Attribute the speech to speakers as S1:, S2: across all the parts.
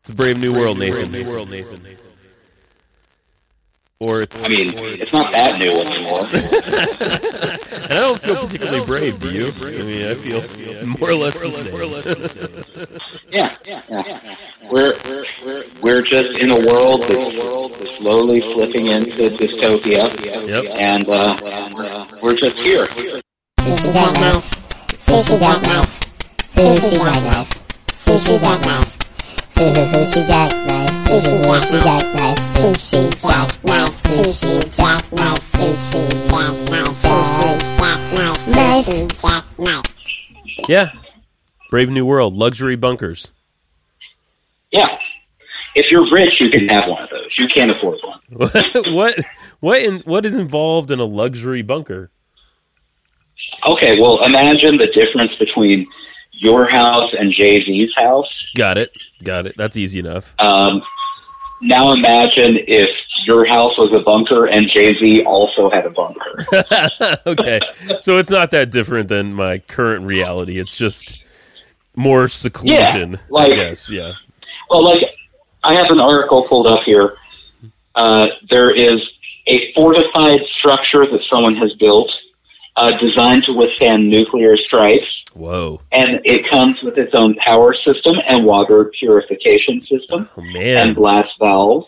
S1: It's a brave new world, Nathan. New world, Nathan. Or it's.
S2: I mean, it's not that new anymore.
S1: And I don't feel particularly brave, do you? I mean, I feel more or less the same.
S2: yeah, yeah, yeah. We're, we're, we're, we're just in a world that's slowly flipping into dystopia.
S1: Yep.
S2: And, uh, and uh, we're just here.
S3: Sushi jackknife. Sushi jackknife. Sushi jackknife. Sushi jackknife. Sushi jackknife. Sushi jackknife. Sushi jackknife. Sushi jackknife. Sushi jackknife. Sushi jackknife. Sushi jackknife.
S4: Yeah. Brave New World, luxury bunkers.
S5: Yeah. If you're rich, you can have one of those. You can't afford one.
S4: what what in, what is involved in a luxury bunker?
S5: Okay, well, imagine the difference between your house and Jay Z's house.
S4: Got it. Got it. That's easy enough.
S5: Um, now imagine if your house was a bunker and Jay Z also had a bunker.
S4: okay. So it's not that different than my current reality. It's just more seclusion.
S5: Yeah, like-
S4: I guess, yeah.
S5: well, like, I have an article pulled up here. Uh, there is a fortified structure that someone has built uh, designed to withstand nuclear strikes.
S4: Whoa.
S5: and it comes with its own power system and water purification system
S4: Oh
S5: and
S4: man.
S5: blast valves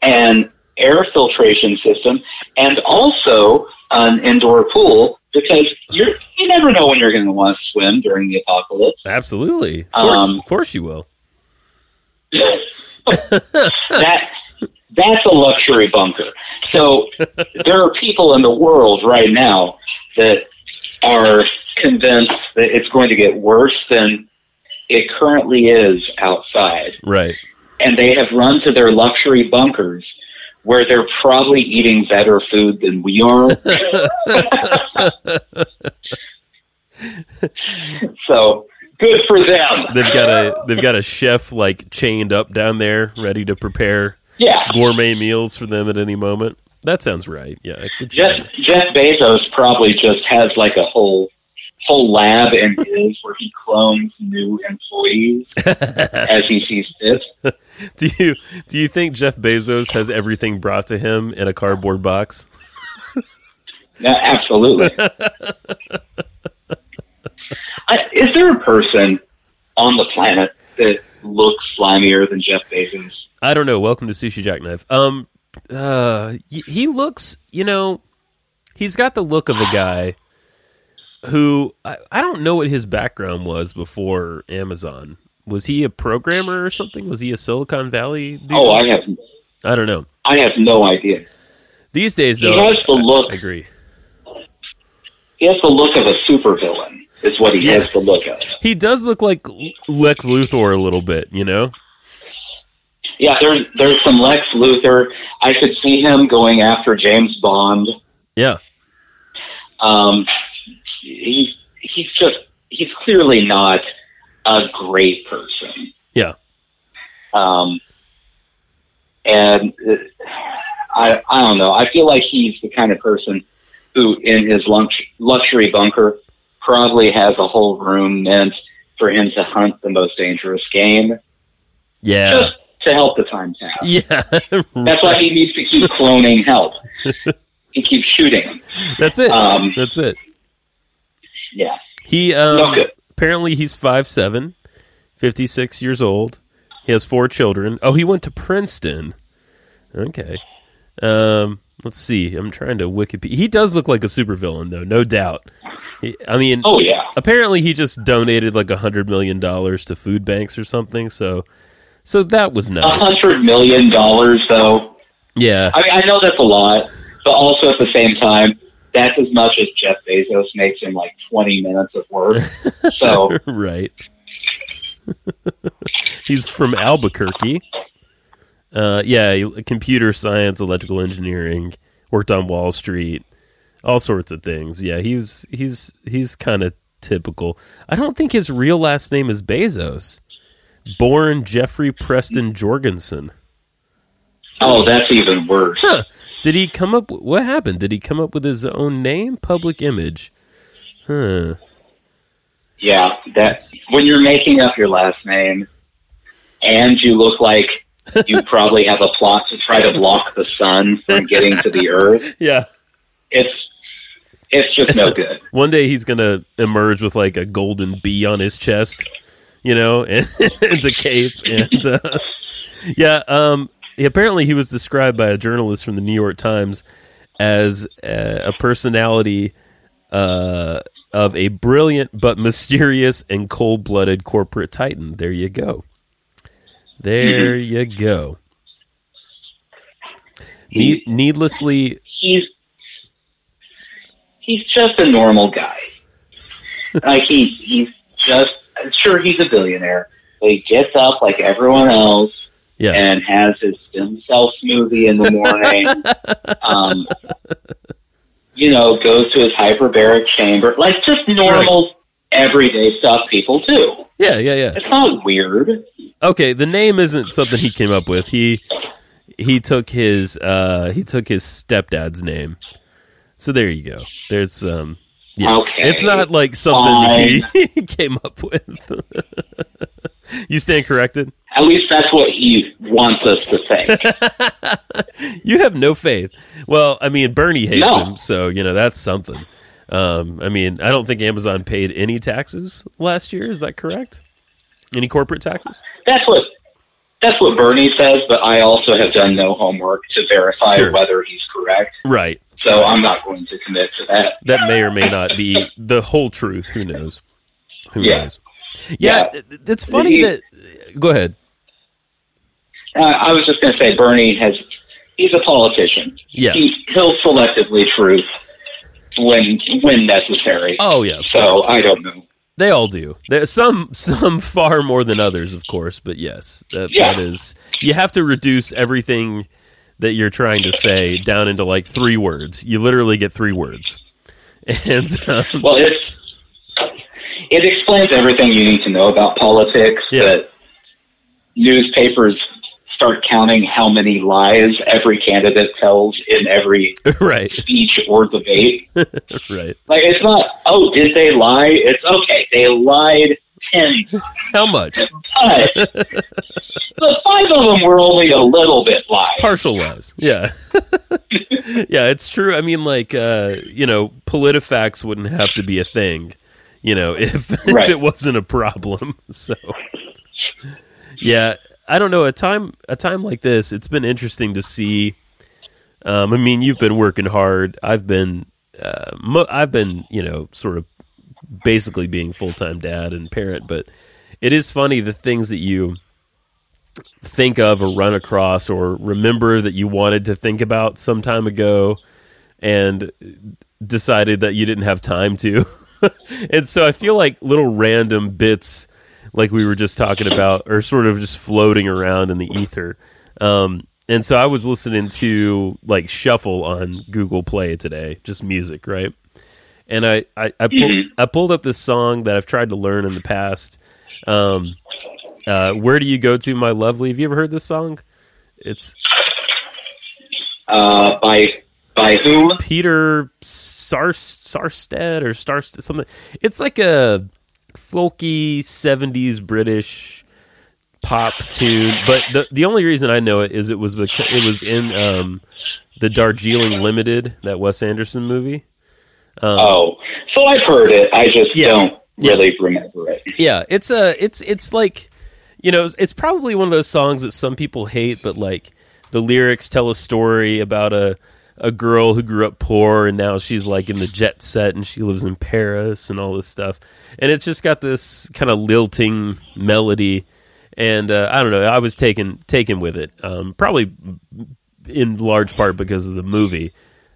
S5: and air filtration system and also an indoor pool because you you never know when you're going to want to swim during the apocalypse.
S4: Absolutely. Of course,
S5: Um,
S4: of course you will.
S5: that that's a luxury bunker. So there are people in the world right now that are convinced that it's going to get worse than it currently is outside.
S4: Right.
S5: and they have run to their luxury bunkers where they're probably eating better food than we are. so good for them.
S4: They've got a they've got a chef like chained up down there, ready to prepare
S5: Yeah.
S4: gourmet meals for them at any moment. That sounds right. Yeah, I could see
S5: Jeff
S4: that.
S5: Jeff Bezos probably just has like a whole whole lab in his where he clones new employees as he sees fit.
S4: Do you do you think Jeff Bezos has everything brought to him in a cardboard box?
S5: Yeah, absolutely. I, is there a person on the planet that looks slimier than Jeff Bezos?
S4: I don't know. Welcome to Sushi Jackknife. Um, uh, y- he looks, you know, he's got the look of a guy who I, I don't know what his background was before Amazon. Was he a programmer or something? Was he a Silicon Valley? Dude?
S5: Oh, I have
S4: I don't know.
S5: I have no idea.
S4: These days,
S5: He
S4: though,
S5: has the
S4: I-
S5: look.
S4: I agree.
S5: He has the look of a supervillain. Is what he
S4: Yeah.
S5: has the look of.
S4: He does look like L- Lex Luthor a little bit, you know.
S5: Yeah, there's there's some Lex Luthor. I could see him going after James Bond.
S4: Yeah,
S5: Um, he he's just he's clearly not a great person.
S4: yeah.
S5: Um, and uh, I, I don't know. I feel like he's the kind of person who, in his lux- luxury bunker, probably has a whole room meant for him to hunt the most dangerous game
S4: Yeah.
S5: just to help the time pass.
S4: Yeah.
S5: That's why he needs to keep cloning help. he keeps shooting him.
S4: That's it.
S5: Um,
S4: That's it.
S5: Yeah.
S4: He um,
S5: No good.
S4: apparently he's 5'7", 56 years old. He has four children. Oh, he went to Princeton. Okay. Um, let's see. I'm trying to Wikipedia. He does look like a supervillain, though, no doubt. He, I mean,
S5: Oh yeah.
S4: apparently he just donated like a hundred million dollars to food banks or something. So, so that was
S5: A
S4: nice.
S5: hundred million dollars though.
S4: Yeah,
S5: I mean, I know that's a lot, but also at the same time, that's as much as Jeff Bezos makes in like 20 minutes of work. So,
S4: right. He's from Albuquerque. Uh, yeah, he- computer science, electrical engineering. Worked on Wall Street, all sorts of things. Yeah, he was he's he's kind of typical. I don't think his real last name is Bezos. Born Jeffrey Preston Jorgensen.
S5: oh, that's even worse.
S4: Huh. Did he come up? What happened? Did he come up with his own name, public image? Huh.
S5: Yeah, that's when you're making up your last name, and you look like you probably have a plot to try to block the sun from getting to the earth.
S4: Yeah.
S5: It's it's just no good.
S4: One day he's gonna emerge with like a golden bee on his chest, you know, and, and the cape, and uh, yeah. Um, he- apparently, he was described by a journalist from the New York Times as uh, a personality uh, of a brilliant but mysterious and cold-blooded corporate titan. There you go. There you go. Ne- needlessly
S5: He's he's just a normal guy. Like he he's just sure he's a billionaire, but he gets up like everyone else
S4: Yeah.
S5: and has his stem cell smoothie in the morning. um, you know, goes to his hyperbaric chamber, like just normal everyday stuff people do.
S4: yeah, yeah, yeah.
S5: It's not weird.
S4: Okay, the name isn't something he came up with. He he took his uh he took his stepdad's name. So there you go. There's um yeah.
S5: Okay.
S4: It's not like something he came up with. you stand corrected.
S5: At least that's what he wants us to think.
S4: you have no faith. Well, I mean, Bernie hates
S5: No.
S4: him, so you know that's something. Um, I mean, I don't think Amazon paid any taxes last year. Is that correct? Any corporate taxes?
S5: that's what that's what Bernie says, but I also have done no homework to verify
S4: Sure.
S5: whether he's correct.
S4: Right.
S5: So I'm not going to commit to that.
S4: that may or may not be the whole truth. Who knows? Who
S5: Yeah.
S4: knows? Yeah,
S5: Yeah.
S4: it- it's funny
S5: He-
S4: that. Go ahead.
S5: Uh, I was just going to say Bernie has he's a politician.
S4: Yeah.
S5: He he'll selectively truth when when necessary.
S4: Oh yeah. of
S5: so uh,
S4: course.
S5: I don't know.
S4: they all do. There, some some far more than others, of course. But yes, that,
S5: Yeah.
S4: that is. You have to reduce everything that you're trying to say down into like three words. You literally get three words, and um,
S5: Well, it's it explains everything you need to know about politics.
S4: Yeah.
S5: That newspapers start counting how many lies every candidate tells in every
S4: right,
S5: speech or debate.
S4: right.
S5: Like it's not oh did they lie? It's okay they lied ten
S4: How much
S5: but the five of them were only a little bit lies.
S4: partial lies? Yeah, yeah. It's true. I mean, like uh, you know, politifax wouldn't have to be a thing. you know, if, if
S5: Right.
S4: it wasn't a problem. So, yeah, I don't know. A time a time like this, it's been interesting to see. Um, I mean, you've been working hard. I've been, uh, mo- I've been, you know, sort of basically being full time dad and parent. But it is funny the things that you think of or run across or remember that you wanted to think about some time ago and decided that you didn't have time to. and so I feel like little random bits, like we were just talking about, are sort of just floating around in the ether. Um, and so I was listening to like shuffle on Google Play today, just music, right? And I I, I, pull, I pulled up this song that I've tried to learn in the past. Um, uh, Where do you go to, my lovely? Have you ever heard this song? It's
S5: Uh, by by whom?
S4: Peter Sar- Sarstead or Starstead something. It's like a folky '70s British pop tune, but the the only reason I know it is it was because it was in um, the Darjeeling Limited, that Wes Anderson movie.
S5: Oh, so I've heard it. I just
S4: Uh. Yeah.
S5: don't
S4: Yeah.
S5: really remember it.
S4: Yeah, it's a it's it's like you know it's, it's probably one of those songs that some people hate, but like the lyrics tell a story about a a girl who grew up poor and now she's like in the jet set and she lives in Paris and all this stuff, and it's just got this kind of lilting melody, and uh, I don't know, I was taken taken with it, um, probably in large part because of the movie.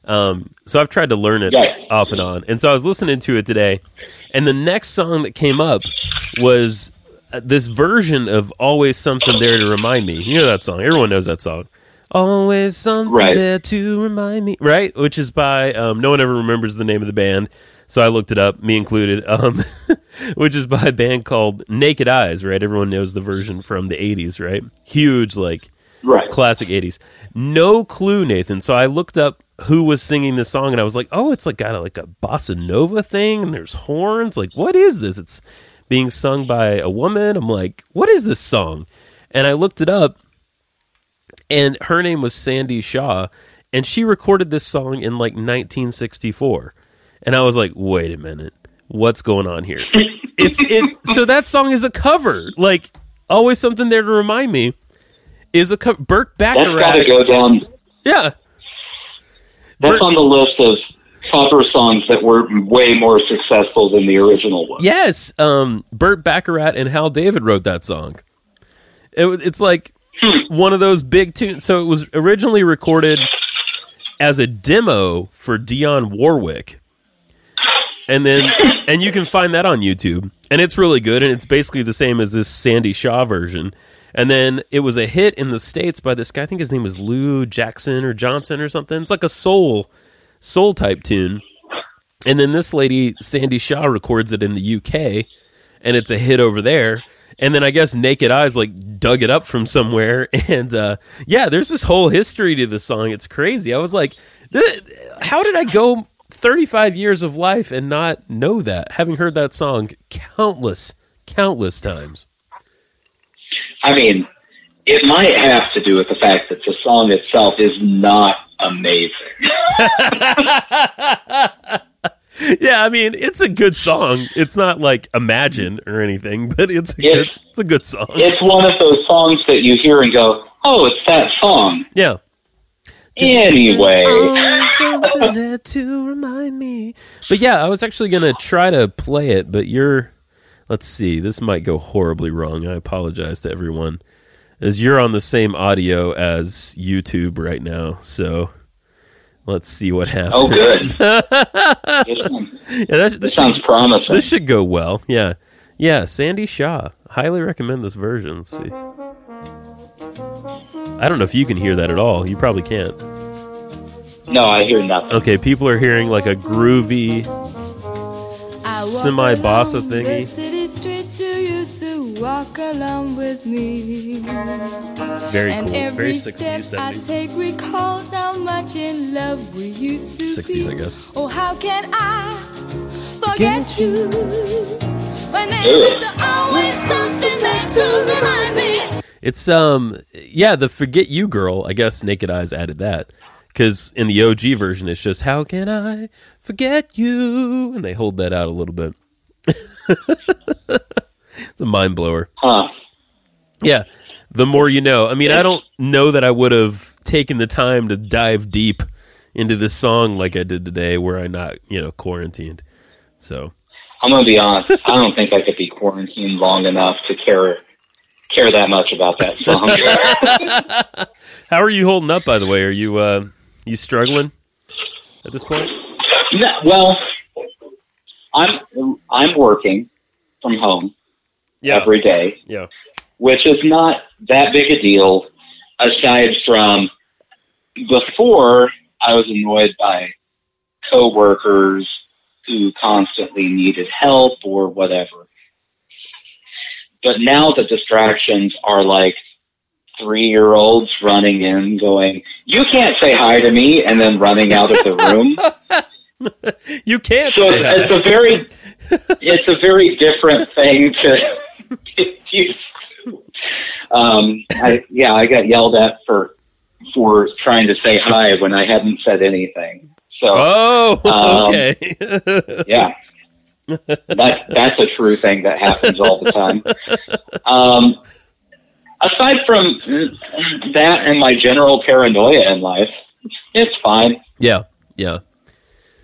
S4: Um, so I've tried to learn it
S5: Yeah.
S4: off and on, and so I was listening to it today, and the next song that came up was uh, this version of "Always Something There to Remind Me." You know that song; everyone knows that song. Always something
S5: Right.
S4: there to remind me, right? Which is by um, no one ever remembers the name of the band, so I looked it up, me included. Um, which is by a band called Naked Eyes, right? Everyone knows the version from the '80s, right? Huge, like
S5: Right.
S4: classic 80s no clue nathan so i looked up who was singing this song and i was like oh it's like kind of like a bossa nova thing and there's horns like what is this it's being sung by a woman i'm like what is this song And I looked it up, and her name was Sandy Shaw, and she recorded this song in like 1964. And I was like, wait a minute, what's going on here? it's it. So that song is a cover. Like always, something there to remind me is a cover. Burke
S5: That's got to
S4: Bacharach.
S5: go down.
S4: Yeah,
S5: That's on the list of cover songs that were way more successful than the original one.
S4: Yes, um, Burt Baccarat and Hal David wrote that song. It, wa- it's like one of those big tunes. So it was originally recorded as a demo for Dionne Warwick, and then and you can find that on YouTube, and it's really good, and it's basically the same as this Sandy Shaw version. And then it was a hit in the states by this guy. I think his name was Lou Jackson or Johnson or something. It's like a soul soul type tune. And then this lady, Sandy Shaw, records it in the UK, and it's a hit over there. And then I guess Naked Eyes like dug it up from somewhere. And uh, yeah, there's this whole history to the song. It's crazy. I was like, "Th- how did I go 35 years of life and not know that? Having heard that song countless, countless times.
S5: I mean, it might have to do with the fact that the song itself is not amazing.
S4: Yeah, I mean, it's a good song. It's not like Imagine or anything, but it's a
S5: Yeah.
S4: good, it's a good song.
S5: It's one of those songs that you hear and go, "Oh, it's that song."
S4: Yeah.
S5: Anyway,
S4: Oh, something there to remind me. But yeah, I was actually gonna try to play it, but you're. Let's see. This might go horribly wrong. I apologize to everyone, as you're on the same audio as YouTube right now. So let's see what happens.
S5: Oh, good.
S4: yeah,
S5: this, one-
S4: that,
S5: this
S4: this,
S5: sounds
S4: should,
S5: promising.
S4: this should go well. Yeah, yeah. Sandy Shaw. Highly recommend this version. Let's see. I don't know if you can hear that at all. You probably can't.
S5: No, I hear nothing.
S4: Okay, people are hearing like a groovy semi bossa
S6: The
S4: thingy.
S6: city streets you used to walk along with me.
S4: Very
S6: and
S4: cool. Very
S6: every
S4: 60s,
S6: step I
S4: 70s.
S6: take recalls how much in love we used to
S4: 60s,
S6: be.
S4: I guess.
S6: Oh, how can I forget you? When there
S5: Ugh.
S6: is always something there to remind me.
S4: It's, um, yeah, the Forget You Girl, I guess Naked Eyes added that. Because in the OG version, it's just, How can I forget you? And they hold that out a little bit. it's a mind blower.
S5: Huh?
S4: Yeah. The more you know. I mean, I don't know that I would have taken the time to dive deep into this song like I did today, were I not, you know, quarantined. So.
S5: I'm gonna be honest. I don't think I could be quarantined long enough to care care that much about that song.
S4: How are you holding up, by the way? Are you uh, you struggling at this point?
S5: No, well, I'm I'm working from home every day.
S4: yeah.
S5: which is not that big a deal aside from before I was annoyed by coworkers who constantly needed help or whatever. But now the distractions are like three year olds running in going, You can't say hi to me and then running out of the room.
S4: You can't.
S5: So
S4: say
S5: it's, it's
S4: that.
S5: a very, it's a very different thing to get used to. Um, I, yeah, I got yelled at for for trying to say hi when I hadn't said anything. So
S4: Oh,
S5: Um,
S4: okay.
S5: yeah, that that's a true thing that happens all the time. Um, aside from that and my general paranoia in life, it's fine.
S4: yeah, yeah,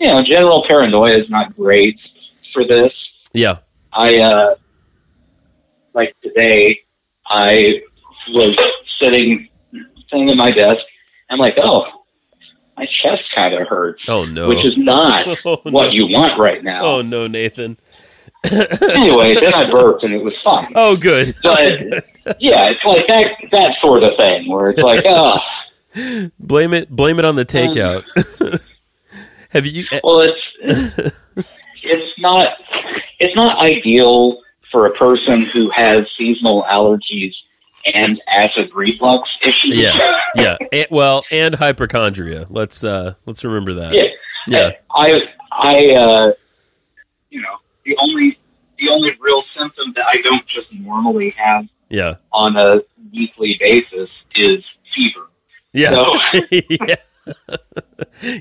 S5: You know, general paranoia is not great for this.
S4: yeah.
S5: I uh, like today, I was sitting sitting at my desk. I'm like, oh, my chest kind of hurts,
S4: Oh no.
S5: which is not
S4: Oh, no.
S5: what you want right now.
S4: oh no, Nathan.
S5: Anyway, then I burped and it was fine.
S4: Oh, good.
S5: But yeah, it's like that that sort of thing where it's like, oh,
S4: blame it. Blame it on
S5: Um,
S4: the takeout. Have you? eh,
S5: well, it's it's not it's not ideal for a person who has seasonal allergies and acid reflux issues.
S4: Yeah. Yeah. And, well, and hypochondria. Let's uh let's remember that.
S5: Yeah.
S4: Yeah.
S5: I I uh, you know the only the only real symptom that I don't just normally have
S4: Yeah.
S5: on a weekly basis is fever.
S4: Yeah.
S5: So-
S4: yeah.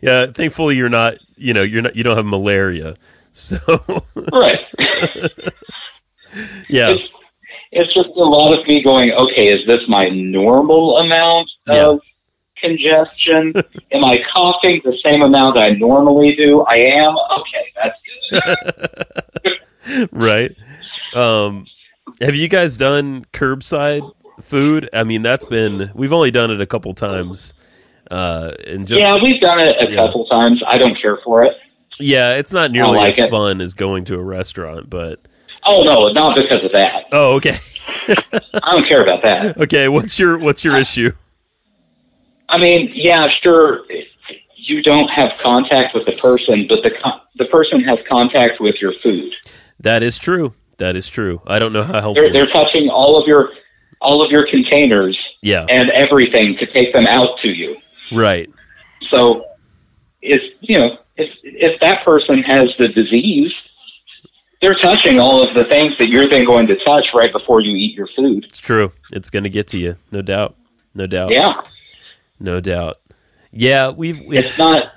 S4: yeah. Thankfully, you're not. You know, you're not. You don't have malaria. So
S5: Right.
S4: yeah,
S5: It's, it's just a lot of me going, okay, is this my normal amount of congestion? am I coughing the same amount I normally do? I am? Okay, that's good.
S4: right. Um, have you guys done curbside food? I mean, that's been. We've only done it a couple times. Uh, and just
S5: yeah, we've done it a
S4: Yeah.
S5: couple times. I don't care for it.
S4: yeah, it's not nearly as
S5: like it.
S4: fun as going to a restaurant. But
S5: Oh, no, not because of that.
S4: oh, okay,
S5: I don't care about that.
S4: okay. What's your what's your issue?
S5: I mean, yeah, sure. You don't have contact with the person, but the con- the person has contact with your food.
S4: That is true. That is true. I don't know how helpful.
S5: They're they're touching all of your all of your containers
S4: yeah,
S5: and everything to take them out to you.
S4: right.
S5: So, if you know if if that person has the disease, they're touching all of the things that you're then going to touch right before you eat your food.
S4: It's true. It's going to get to you, no doubt, no doubt,
S5: Yeah,
S4: no doubt. Yeah, we've. we
S5: it's not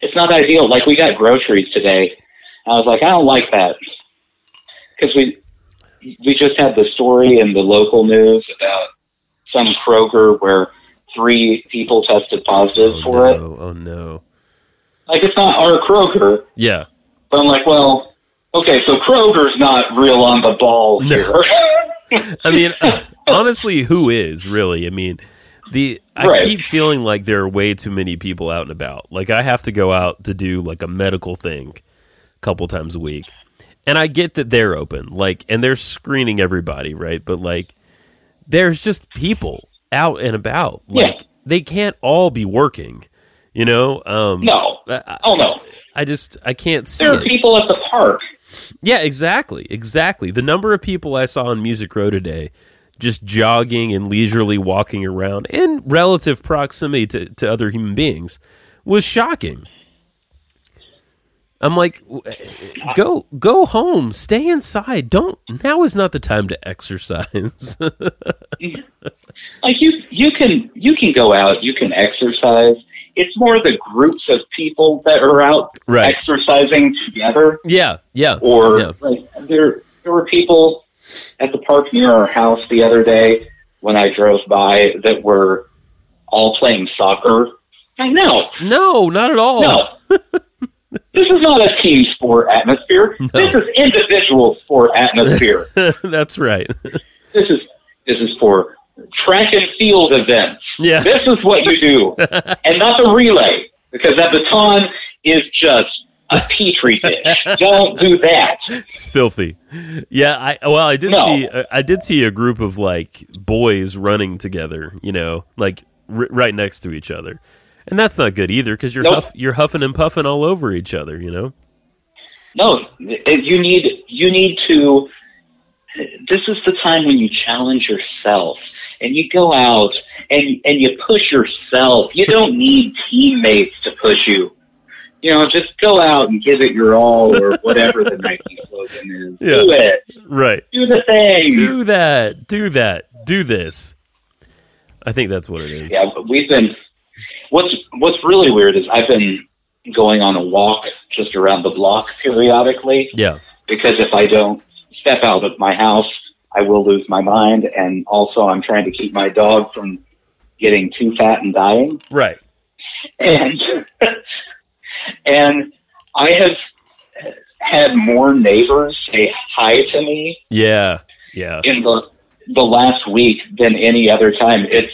S5: it's not ideal. Like we got groceries today. I was like, I don't like that because we we just had the story in the local news about some Kroger where three people tested positive
S4: oh,
S5: for it.
S4: no, oh no.
S5: Like it's not our Kroger,
S4: Yeah,
S5: but I'm like, well, okay, so Kroger's not real on the ball
S4: No.
S5: here.
S4: I mean, uh, honestly, who is really? I mean, the I
S5: Right.
S4: keep feeling like there are way too many people out and about. Like I have to go out to do like a medical thing a couple times a week. And I get that they're open, like and they're screening everybody, right? But like there's just people out and about.
S5: Yeah.
S4: Like they can't all be working, you know? Um
S5: no,
S4: I,
S5: oh no,
S4: I just I can't see
S5: there are
S4: it.
S5: people at the park.
S4: Yeah, exactly. Exactly. The number of people I saw on Music Row today just jogging and leisurely walking around in relative proximity to, to other human beings was shocking. I'm like, w- go go home, stay inside. Don't now is not the time to exercise.
S5: like you you can you can go out you can exercise it's more the groups of people that are out
S4: Right.
S5: exercising together
S4: yeah, yeah.
S5: or
S4: Yeah.
S5: like there there were people at the park near our house the other day when i drove by that were all playing soccer i know
S4: No, not at all.
S5: no this is not a team sport atmosphere this is individual sport atmosphere
S4: That's right.
S5: this is this is for track and field events
S4: Yeah.
S5: this is what you do, and not the relay, because that baton is just a petri dish. Don't do that.
S4: It's filthy. Yeah, I well, I did
S5: No.
S4: see uh, I did see a group of like boys running together, you know, like r- right next to each other. And that's not good either cuz you're
S5: Nope.
S4: huff, you're huffing and puffing all over each other, you know.
S5: No, it- you need you need to. This is the time when you challenge yourself and you go out and and you push yourself. You don't need teammates to push you. You know, just go out and give it your all, or whatever the Nike slogan is.
S4: Yeah.
S5: Do it.
S4: Right.
S5: Do the thing.
S4: Do that. Do that. Do this. I think that's what it is.
S5: Yeah, but we've been. What's What's really weird is I've been going on a walk just around the block periodically
S4: Yeah.
S5: because if I don't step out of my house, I will lose my mind, and also I'm trying to keep my dog from getting too fat and dying.
S4: Right.
S5: And and I have had more neighbors say hi to me
S4: Yeah. Yeah.
S5: in the the last week than any other time. It's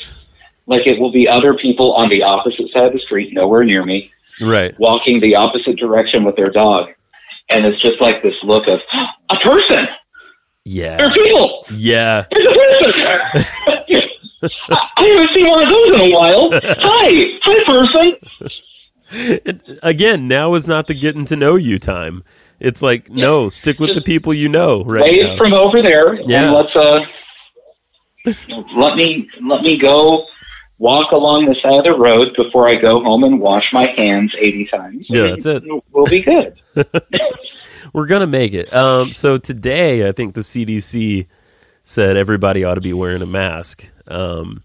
S5: like it will be other people on the opposite side of the street, nowhere near me,
S4: Right.
S5: walking the opposite direction with their dog. And it's just like this look of "Ah, a person. There
S4: Yeah.
S5: are people.
S4: Yeah.
S5: There's a person. I I haven't seen one of those in a while. Hi, hi, person.
S4: It- again, now is not the getting to know you time. It's like no, stick with the people you know right
S5: Wave
S4: now.
S5: from over there,
S4: Yeah.
S5: and let's uh, let me let me go walk along the side of the road before I go home and wash my hands eighty times.
S4: Yeah, that's it.
S5: We'll be good.
S4: We're gonna make it. Um, so today, I think the CDC said everybody ought to be wearing a mask um,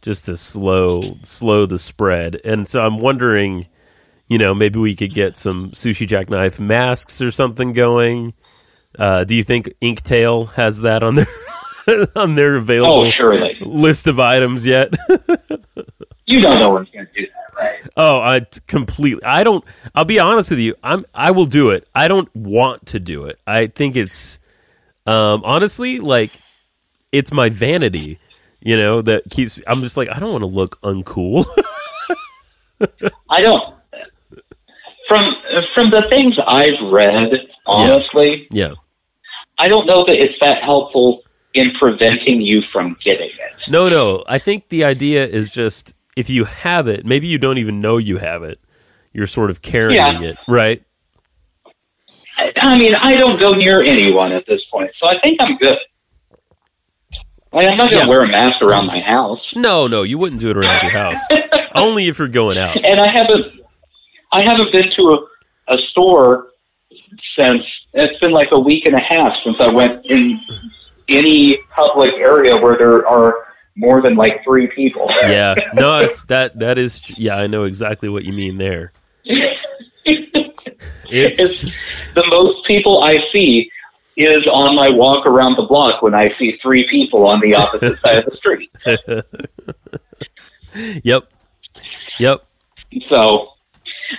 S4: just to slow slow the spread. And so I'm wondering, you know, maybe we could get some sushi jackknife masks or something going. Uh, do you think Inktail has that on their on their available
S5: Oh, surely.
S4: list of items yet?
S5: You don't know what's going to do that, right?
S4: Oh, I t- completely. I don't. I'll be honest with you. I'm. I will do it. I don't want to do it. I think it's, um, honestly, like, it's my vanity, you know, that keeps. I'm just like, I don't want to look uncool.
S5: I don't. From from the things I've read, honestly,
S4: yeah.
S5: I don't know that it's that helpful in preventing you from getting it.
S4: No, no. I think the idea is just if you have it, maybe you don't even know you have it. You're sort of carrying
S5: Yeah.
S4: it, right?
S5: I, I mean, I don't go near anyone at this point, so I think I'm good. Like, I'm not going to
S4: Yeah.
S5: wear a mask around my house,
S4: No, no. You wouldn't do it around your house. Only if you're going out.
S5: and I haven't. I haven't been to a, a store since it's been like a week and a half since I went in any public area where there are more than like three people.
S4: yeah no it's that that is tr- yeah i know exactly what you mean there it's
S5: It's- the most people I see is on my walk around the block when I see three people on the opposite side of the street.
S4: yep yep
S5: So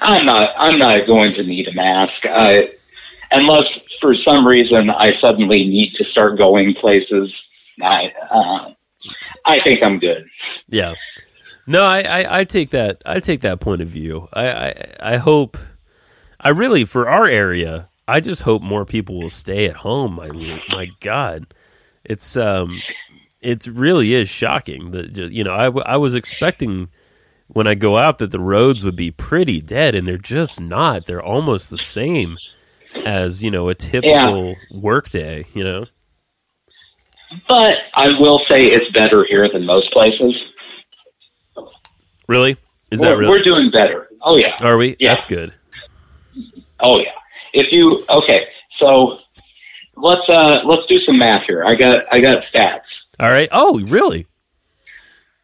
S5: I'm not I'm not going to need a mask. I, unless for some reason I suddenly need to start going places. I uh, I think I'm good.
S4: yeah no I, I i take that i take that point of view i i, I hope i really for our area i just hope more people will stay at home my my god it's um it really is shocking that ju- you know I, w- I was expecting when i go out that the roads would be pretty dead and they're just not they're almost the same as you know a typical workday you know
S5: But I will say it's better here than most places.
S4: really is
S5: we're,
S4: that really
S5: we're doing better. Oh yeah.
S4: are we
S5: Yeah.
S4: that's good
S5: Oh yeah. If you okay, so let's uh let's do some math here. I got I got stats.
S4: all right oh really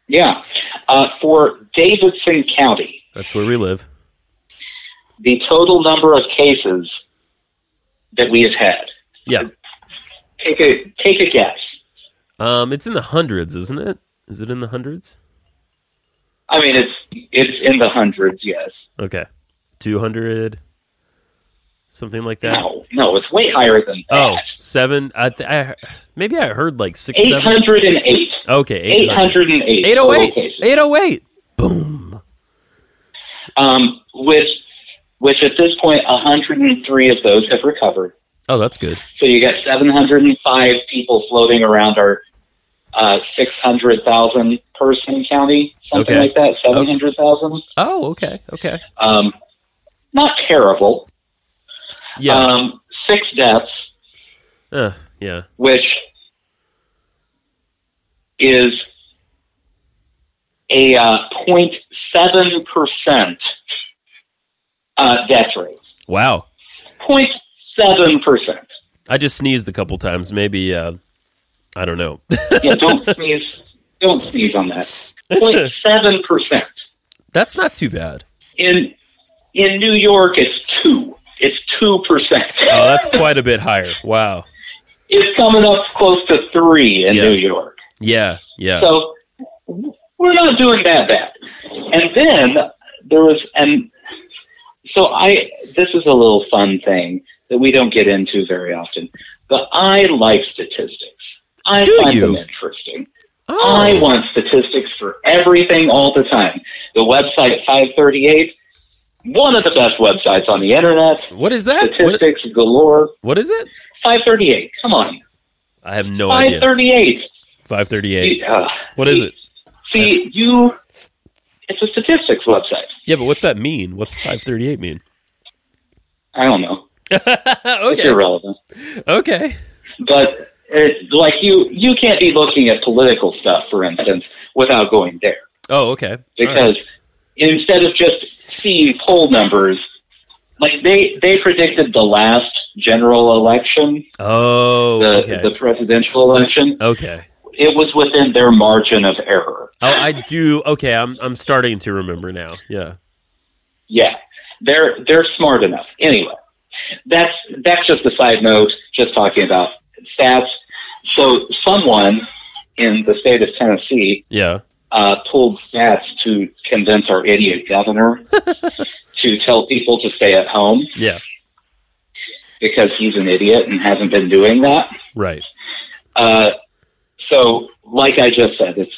S5: Yeah. Uh, for Davidson County,
S4: that's where we live
S5: the total number of cases that we have had.
S4: yeah
S5: Take a take a guess.
S4: um it's in the hundreds isn't it is it in the hundreds
S5: I mean it's it's in the hundreds, yes.
S4: okay 200 something like that
S5: No, no, it's way higher than
S4: Oh,
S5: that.
S4: seven. I, th- I maybe I heard like six,
S5: Eight
S4: seven.
S5: hundred and eight.
S4: Okay,
S5: Eight
S4: 800.
S5: hundred and eight.
S4: 808.
S5: cases.
S4: 808. Boom.
S5: Um which which at this point hundred and three of those have recovered.
S4: Oh, that's good.
S5: So you got 705 people floating around our uh, 600,000 person county, something
S4: Okay.
S5: like that, 700,000.
S4: Oh, okay, okay.
S5: Um, not terrible.
S4: Yeah,
S5: Um, six deaths,
S4: uh, yeah.
S5: which is a uh, 0.7% uh, death rate.
S4: Wow.
S5: 0.7%.
S4: I just sneezed a couple times. Maybe uh, I don't know.
S5: yeah, don't sneeze. Don't sneeze on that. 07 percent
S4: that's not too bad.
S5: in in New York. It's two. It's two percent.
S4: Oh, that's quite a bit higher. Wow.
S5: it's coming up close to three in
S4: Yeah.
S5: New York.
S4: Yeah, yeah.
S5: So we're not doing that bad. And then there was and so I this is a little fun thing that we don't get into very often. But I like statistics. I
S4: Do
S5: find
S4: you?
S5: them interesting. I
S4: Oh,
S5: want statistics for everything all the time. The website 538, one of the best websites on the internet.
S4: what is that? What,
S5: Statistics galore.
S4: what is it?
S5: 538, come on.
S4: I have no idea.
S5: 538.
S4: Five thirty-eight.
S5: You- uh,
S4: What is it?
S5: See, you, it's a statistics website.
S4: Yeah, but what's that mean? What's five thirty-eight mean?
S5: I don't know. It's
S4: okay,
S5: irrelevant.
S4: okay.
S5: But it, like you, you can't be looking at political stuff, for instance, without going there.
S4: Oh, okay. All right.
S5: because instead of just seeing poll numbers, like they they predicted the last general election,
S4: Oh,
S5: the
S4: okay.
S5: the presidential election.
S4: okay.
S5: It was within their margin of error.
S4: Oh, I do. Okay, I'm I'm starting to remember now. Yeah.
S5: Yeah, they're they're smart enough. Anyway, that's that's just a side note. Just talking about stats. So someone in the state of Tennessee
S4: Yeah.
S5: uh, pulled stats to convince our idiot governor to tell people to stay at home
S4: Yeah.
S5: because he's an idiot and hasn't been doing that.
S4: Right.
S5: Uh, so, like I just said, it's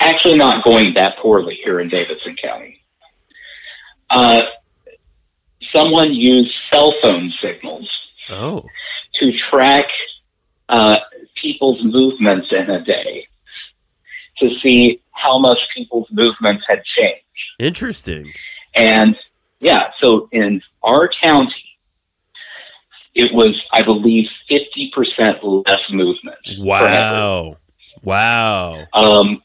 S5: actually not going that poorly here in Davidson County. Uh, someone used cell phone signals
S4: Oh.
S5: to track uh, people's movements in a day to see how much people's movements had changed.
S4: Interesting.
S5: And yeah, so in our county, it was, I believe, 50% less movement. forever.
S4: Wow. Wow.
S5: Um,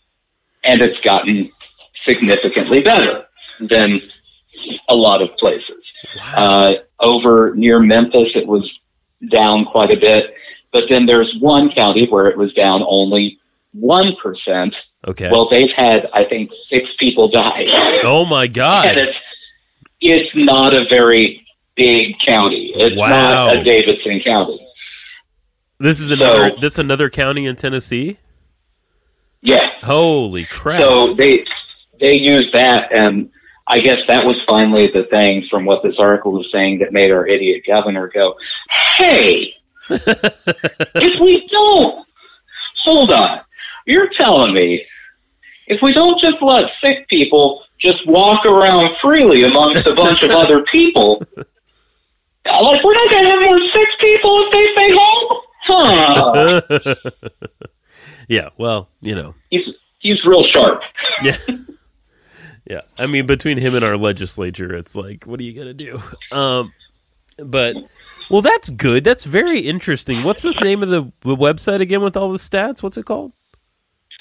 S5: and it's gotten significantly better than a lot of places.
S4: Wow.
S5: Uh, over near Memphis, it was down quite a bit. But then there's one county where it was down only 1%.
S4: Okay.
S5: Well, they've had, I think, six people die.
S4: Oh my
S5: And
S4: god.
S5: it's, it's not a very big county. It's
S4: Wow.
S5: not a Davidson County.
S4: This is another that's another county in Tennessee?
S5: Yeah.
S4: Holy crap.
S5: So they they used that, and I guess that was finally the thing from what this article was saying that made our idiot governor go, "Hey, if we don't hold on, you're telling me if we don't just let sick people just walk around freely amongst a bunch of other people." Like we're not gonna have more sick people if they stay home, huh?
S4: yeah, well, you know.
S5: He's he's real sharp.
S4: Yeah. yeah. I mean, between him and our legislature, it's like, what are you going to do? Um, but, well, that's good. That's very interesting. What's this name of the, the website again with all the stats? What's it called?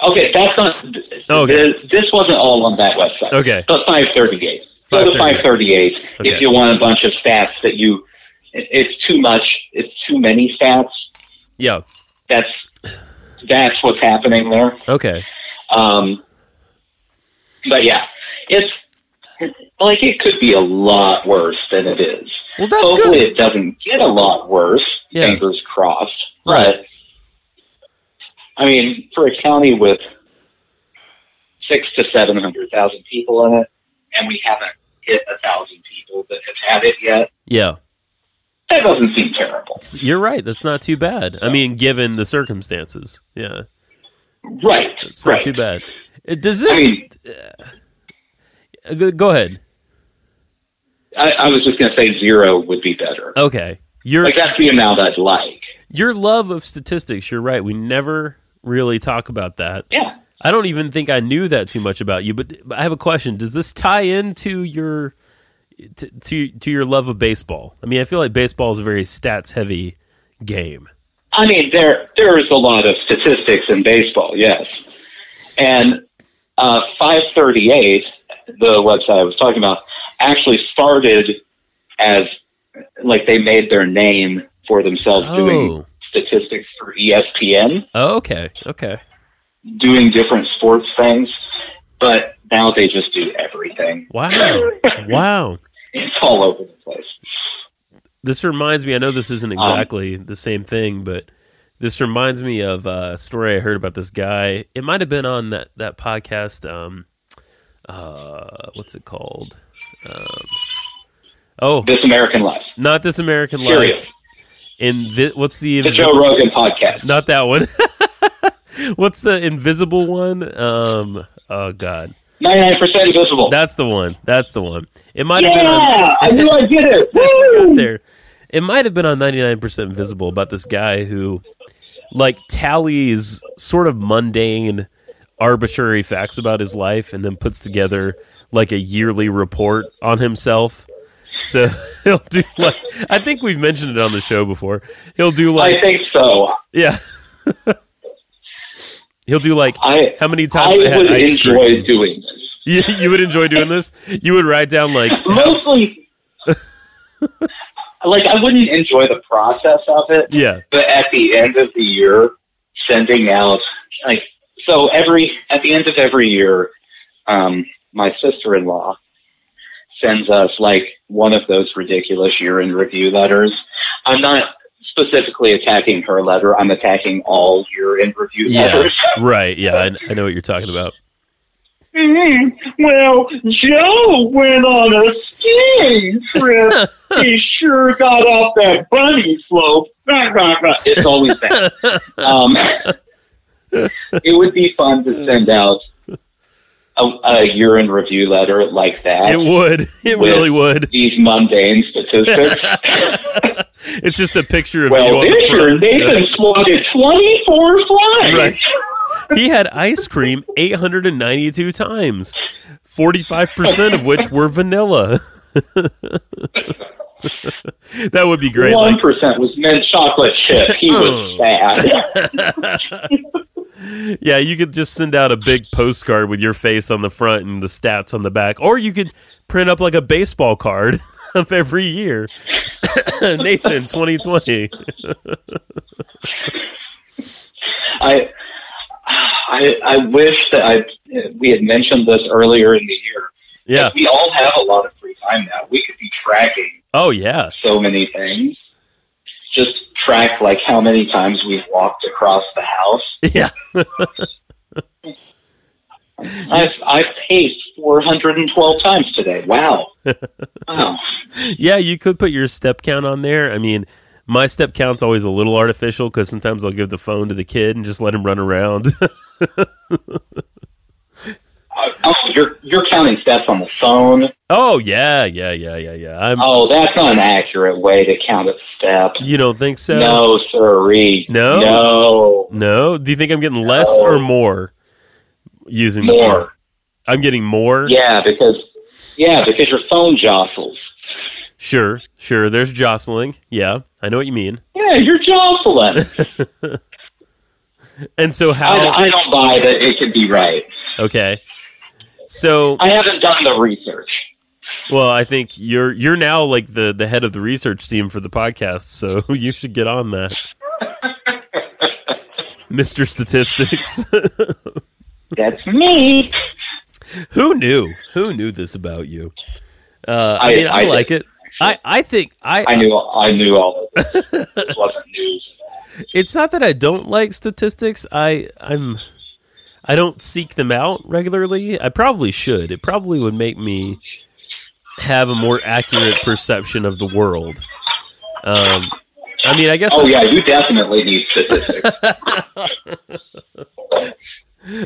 S5: Okay, that's not.
S4: Okay.
S5: th- This wasn't all on that website.
S4: Okay.
S5: But 538. Go to 538
S4: Okay.
S5: if you want a bunch of stats that you. it- It's too much. It's too many stats.
S4: Yeah.
S5: That's that's what's happening there.
S4: Okay.
S5: Um, but yeah, it's like it could be a lot worse than it is.
S4: Well, that's
S5: Hopefully,
S4: good.
S5: it doesn't get a lot worse.
S4: Yeah.
S5: Fingers crossed.
S4: Right.
S5: But I mean, for a county with six to seven hundred thousand people in it, and we haven't hit a thousand people that have had it yet,
S4: Yeah.
S5: that doesn't seem terrible.
S4: It's- You're right. That's not too bad. I mean, given the circumstances. Yeah.
S5: Right.
S4: It's not
S5: right.
S4: too bad. Uh, Does
S5: I
S4: this.
S5: mean-
S4: uh, go- go ahead.
S5: I, I was just gonna say zero would be better.
S4: Okay. You're
S5: Like that's the amount I'd like.
S4: your love of statistics you're right we never really talk about that
S5: Yeah.
S4: i don't even think i knew that too much about you but, but i have a question does this tie into your to, to to your love of baseball i mean i feel like baseball is a very stats heavy game
S5: I mean, there there is a lot of statistics in baseball, yes. And uh, 538, the website I was talking about, actually started as like they made their name for themselves doing
S4: oh.
S5: statistics for E ESPN,
S4: oh okay okay
S5: doing different sports things, but now they just do everything.
S4: wow wow
S5: It's all over the place.
S4: this reminds me i know this isn't exactly the same thing but this reminds me of uh, a story i heard about this guy it might have been on that, that podcast um, uh, what's it called um, oh
S5: This American Life,
S4: not this american life
S5: Serious.
S4: in thi- what's the,
S5: the
S4: invis-
S5: Joe Rogan podcast.
S4: not that one what's the invisible one um, oh god
S5: 99% invisible.
S4: that's the one that's the one it might have been on
S5: yeah, I knew I did it.
S4: got
S5: Woo!
S4: there. It might have been on 99% Visible about this guy who, like, tallies sort of mundane, arbitrary facts about his life and then puts together, like, a yearly report on himself. So he'll do, like, I think we've mentioned it on the show before. He'll do,
S5: I
S4: like,
S5: think so.
S4: yeah. he'll do, like,
S5: I
S4: how many times I
S5: I
S4: had
S5: would
S4: ice cream.
S5: enjoy doing this.
S4: You, you would enjoy doing this? You would write down, like,
S5: Mostly, like I wouldn't enjoy the process of it,
S4: Yeah.
S5: but at the end of the year, sending out like so every at the end of every year, um, my sister in law sends us like one of those ridiculous year in review letters. I'm not specifically attacking her letter. I'm attacking all year in review
S4: Yeah.
S5: letters.
S4: Right. Yeah. I, I know what you're talking about.
S5: Mm, well, Joe went on a skiing trip. he sure got off that bunny slope. Rah, rah, rah. It's always that. um, it would be fun to send out a, a year in review letter like that.
S4: It would. It
S5: With-
S4: really would.
S5: These mundane statistics.
S4: it's just a picture of you
S5: well,
S4: on the
S5: this year
S4: front. Yeah.
S5: Nathan floated 24 flights.
S4: Right. He had ice cream 892 times, 45% of which were vanilla. that would be great.
S5: One
S4: Like,
S5: percent was mint chocolate chip. He was
S4: Oh.
S5: sad.
S4: yeah, you could just send out a big postcard with your face on the front and the stats on the back, or you could print up like a baseball card of every year. Nathan, 2020.
S5: I, I, I wish that I we had mentioned this earlier in the year.
S4: Yeah.
S5: we all have a lot of free time now. We could be tracking
S4: Oh, yeah.
S5: so many things. Just track like how many times we've walked across the house.
S4: Yeah.
S5: I've I've paced 412 times today. Wow. wow. Uh,
S4: Yeah, you could put your step count on there. I mean, my step count's always a little artificial because sometimes I'll give the phone to the kid and just let him run around.
S5: Oh, you're you're counting steps on the phone.
S4: oh yeah, yeah, yeah, yeah, yeah. I'm.
S5: Oh, that's not an accurate way to count a step.
S4: You don't think so?
S5: No, sirree.
S4: No?
S5: No.
S4: No? Do you think I'm getting less
S5: No.
S4: or more using the phone?
S5: More.
S4: I'm getting more.
S5: Yeah, because yeah, because your phone jostles.
S4: Sure, sure. There's jostling. Yeah, I know what you mean.
S5: Yeah, you're jostling.
S4: And so how?
S5: I, I don't buy that it could be right.
S4: okay. So
S5: I haven't done the research.
S4: well, I think you're you're now like the the head of the research team for the podcast, so you should get on that. Mr. Statistics.
S5: That's me.
S4: Who knew? Who knew this about you? Uh, I,
S5: I-
S4: mean, I,
S5: I
S4: like it. I, I think I,
S5: I knew I knew all of this. This wasn't news.
S4: it's not that I don't like statistics. I I'm I don't seek them out regularly. I probably should. It probably would make me have a more accurate perception of the world. Um, I mean, I guess
S5: Oh yeah,
S4: that's-
S5: you definitely need statistics.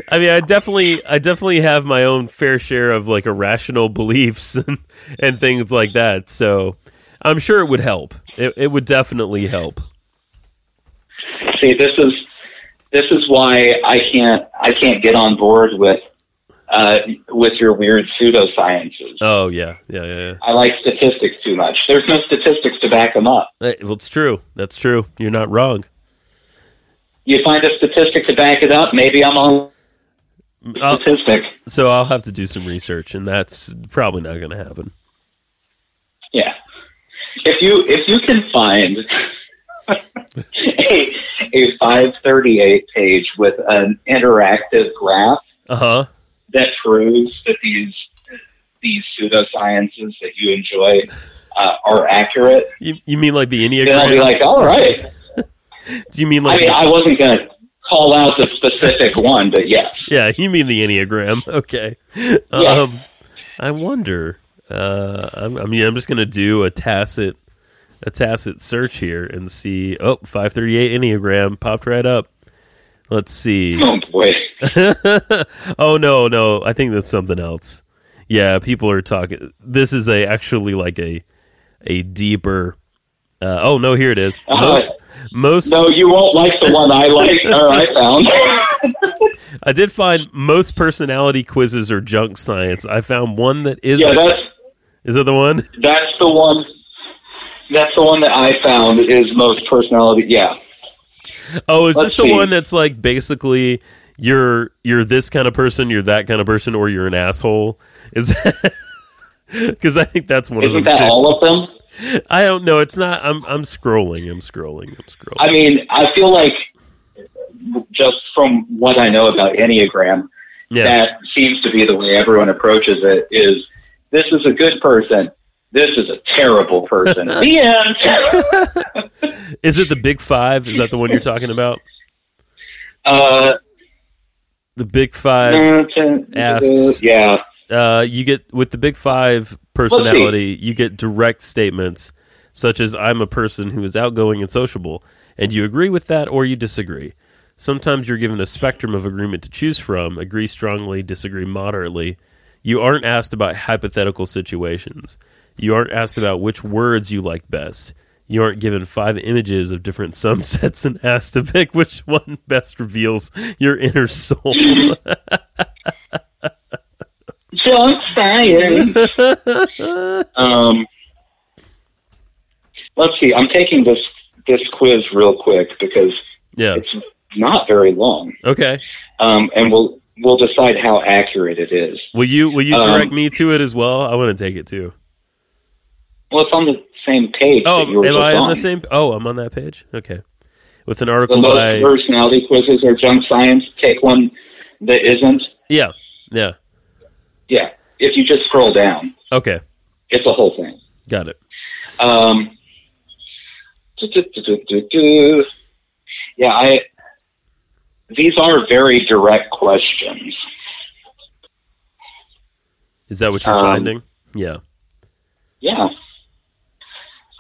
S4: I mean, I definitely, I definitely have my own fair share of like irrational beliefs and, and things like that. So I'm sure it would help. It, it would definitely help.
S5: See, this is this is why I can't I can't get on board with uh, with your weird pseudosciences.
S4: Oh yeah, yeah, yeah.
S5: I like statistics too much. There's no statistics to back them up.
S4: yeah. Eh, Well, it's true. That's true. You're not wrong.
S5: You find a statistic to back it up, maybe I'm on
S4: Uh,
S5: statistic.
S4: so I'll have to do some research, and that's probably not going to happen.
S5: Yeah. If you if you can find a, a 538 page with an interactive graph
S4: Uh huh.
S5: that proves that these these pseudosciences that you enjoy uh, are accurate,
S4: You, you mean like the
S5: then I'll be
S4: enneagram?
S5: like, all right.
S4: do you mean
S5: I
S4: like?
S5: mean, I wasn't gonna call out the specific one, but yes.
S4: yeah, you mean the enneagram? Okay. Um, I wonder. Uh, I'm, I mean, I'm just gonna do a tacit, a tacit search here and see. Oh, 538 enneagram popped right up. Let's see.
S5: Oh boy.
S4: oh no, no, I think that's something else. Yeah, people are talking. This is a actually like a a deeper. Uh, oh no, here it is.
S5: Uh,
S4: Most most
S5: No, you won't like the one I like or I found.
S4: I did find most personality quizzes are junk science. I found one that is.
S5: yeah, that's
S4: Is that the one?
S5: That's the one. That's the one that I found is most personality. Yeah,
S4: Oh, is
S5: Let's
S4: this the
S5: see.
S4: one that's like basically you're you're this kind of person, you're that kind of person, or you're an asshole? Is that because I think that's one
S5: isn't
S4: of them
S5: that
S4: too.
S5: all of them?
S4: I don't know. It's not. I'm. I'm scrolling. I'm scrolling. I'm scrolling.
S5: I mean, I feel like just from what I know about Enneagram,
S4: yeah.
S5: that seems to be the way everyone approaches it. Is this is a good person? This is a terrible person. the end.
S4: Is it the Big Five? Is that the one you're talking about?
S5: Uh,
S4: The Big Five. asks-
S5: asks, Uh, yeah,
S4: Uh, you get with the Big Five personality, you get direct statements such as "I'm a person who is outgoing and sociable," and you agree with that or you disagree. Sometimes you're given a spectrum of agreement to choose from: agree strongly, disagree moderately. You aren't asked about hypothetical situations. You aren't asked about which words you like best. You aren't given five images of different sum sets and asked to pick which one best reveals your inner soul.
S5: just saying. um, let's see. I'm taking this this quiz real quick because
S4: yeah.
S5: it's not very long,
S4: Okay.
S5: um, and we'll we'll decide how accurate it is.
S4: Will you will you direct
S5: Um,
S4: me to it as well? I want to take it too.
S5: Well, it's on the same page.
S4: Oh,
S5: that you were
S4: am
S5: just
S4: I on
S5: on
S4: the same? Oh, I'm on that page. Okay, with an
S5: The
S4: article
S5: most
S4: by
S5: personality quizzes are junk science. Take one that isn't.
S4: yeah yeah.
S5: Yeah, if you just scroll down,
S4: Okay,
S5: it's a whole thing.
S4: got it.
S5: Um, do, do, do, do, do, do. Yeah, I. These are very direct questions.
S4: Is that what you're
S5: Um,
S4: finding? Yeah.
S5: Yeah.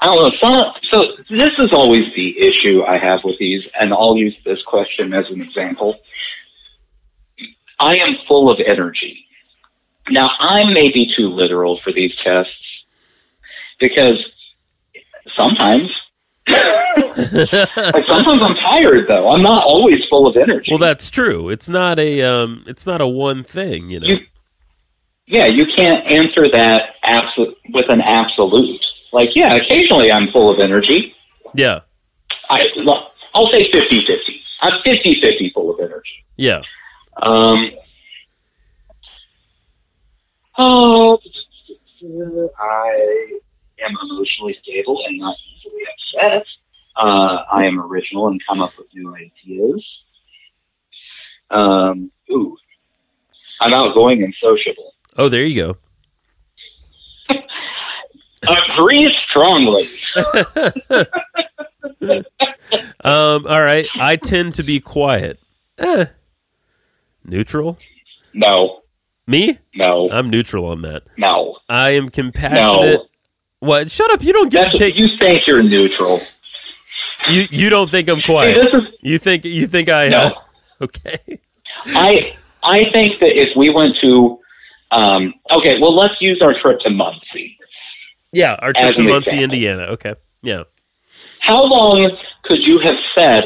S5: I don't know. Some, so this is always the issue I have with these, and I'll use this question as an example. I am full of energy. Now, I may be too literal for these tests because sometimes, like sometimes I'm tired though. I'm not always full of energy.
S4: Well, that's true. It's not a um. It's not a one thing. You know.
S5: You- yeah, you can't answer that abso- with an absolute. Like, yeah, occasionally I'm full of energy.
S4: yeah.
S5: I, look, I'll say 50 50. I'm 50 50 full of energy.
S4: Yeah.
S5: Um, oh, I am emotionally stable and not easily upset. Uh, I am original and come up with new ideas. Um, ooh, I'm outgoing and sociable.
S4: Oh, there you go.
S5: Agree strongly.
S4: Um. All right. I tend to be quiet. Eh. Neutral.
S5: No,
S4: Me?
S5: no,
S4: I'm neutral on that.
S5: no,
S4: I am compassionate.
S5: no.
S4: What? Shut up! You don't get
S5: That's
S4: to take.
S5: you think you're neutral.
S4: You you don't think I'm
S5: See,
S4: quiet.
S5: this is
S4: You think you think I
S5: No.
S4: uh, okay?
S5: I I think that if we went to um, okay, well, let's use our trip to Muncie.
S4: Yeah, our trip
S5: As
S4: to
S5: an
S4: Muncie,
S5: example.
S4: Indiana. Okay, yeah.
S5: How long could you have sat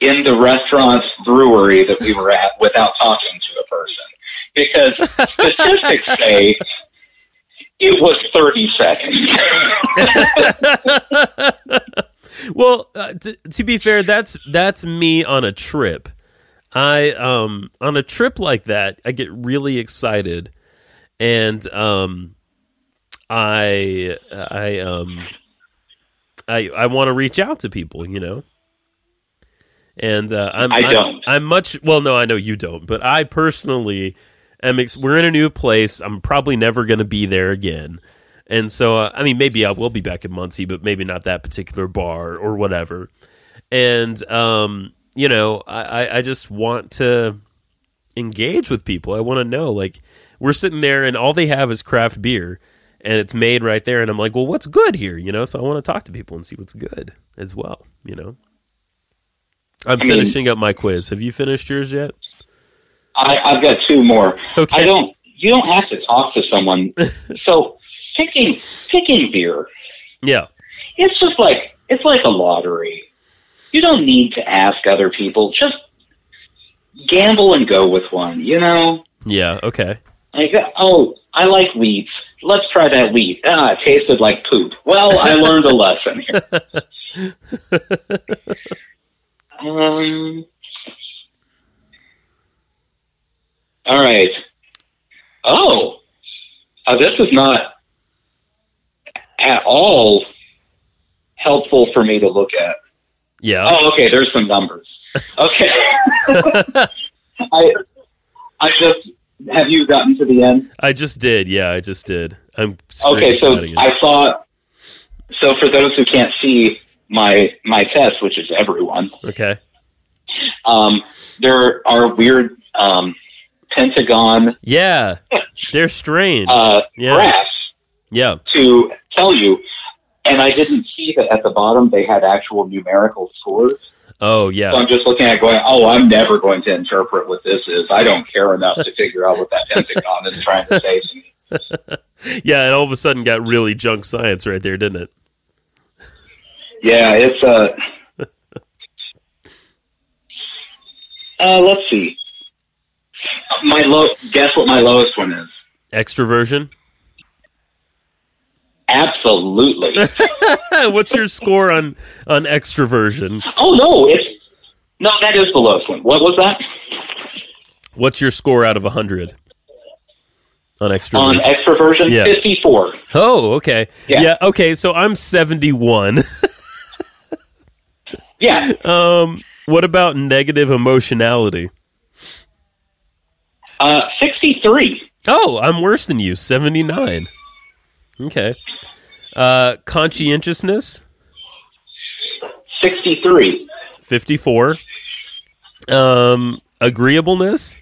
S5: in the restaurant's brewery that we were at without talking to a person? Because statistics say it was thirty seconds.
S4: well, uh, t- to be fair, that's that's me on a trip. I um on a trip like that, I get really excited, and um, I I um I I want to reach out to people, you know. And uh, I'm,
S5: I
S4: I'm-
S5: don't.
S4: I'm much well. No, I know you don't, but I personally am. Ex- we're in a new place. I'm probably never going to be there again. And so, uh, I mean, maybe I will be back in Muncie, but maybe not that particular bar or whatever. And, um, you know, I, I, I just want to engage with people. I want to know, like, we're sitting there and all they have is craft beer and it's made right there. And I'm like, well, what's good here? You know, so I want to talk to people and see what's good as well, you know. I'm
S5: I mean-
S4: finishing up my quiz. Have you finished yours yet?
S5: I, I've got two more.
S4: Okay.
S5: I don't. You don't have to talk to someone. So picking picking beer
S4: yeah.
S5: it's just like it's like a lottery. You don't need to ask other people. Just gamble and go with one. You know,
S4: Yeah. Okay.
S5: like oh, I like wheats. Let's try that wheat. Ah, it tasted like poop. Well, I learned a lesson here. um, all right. Oh, uh, this is not at all helpful for me to look at.
S4: Yeah.
S5: Oh, okay. There's some numbers. Okay. Oh. I I just have you gotten to the end?
S4: I just did. Yeah, I just did. I'm
S5: Okay, so
S4: screenshotting it.
S5: I thought. So for those who can't see my my test, which is everyone,
S4: okay.
S5: um, there are weird um, pentagon
S4: Yeah, they're strange.
S5: uh,
S4: yeah.
S5: graphs
S4: Yeah.
S5: to tell you, and I didn't see that at the bottom they had actual numerical scores.
S4: Oh
S5: So
S4: yeah.
S5: I'm just looking at going, oh, I'm never going to interpret what this is. I don't care enough to figure out what that pentagon is trying to say to me.
S4: Yeah, and all of a sudden got really junk science right there, didn't it?
S5: Yeah, it's Uh, uh, let's see. My low. Guess what my lowest one is?
S4: Extroversion.
S5: Absolutely.
S4: What's your score on on extroversion?
S5: oh no, it's no. That is the lowest one. What was that
S4: What's your score out of hundred on
S5: on
S4: extroversion?
S5: extroversion?
S4: Yeah.
S5: Fifty-four.
S4: oh, okay.
S5: Yeah.
S4: yeah. Okay. So I'm seventy one.
S5: Yeah.
S4: um. What about negative emotionality?
S5: Uh, Sixty-three.
S4: Oh, I'm worse than you. 79. Okay. Uh conscientiousness
S5: 63.
S4: 54. Um agreeableness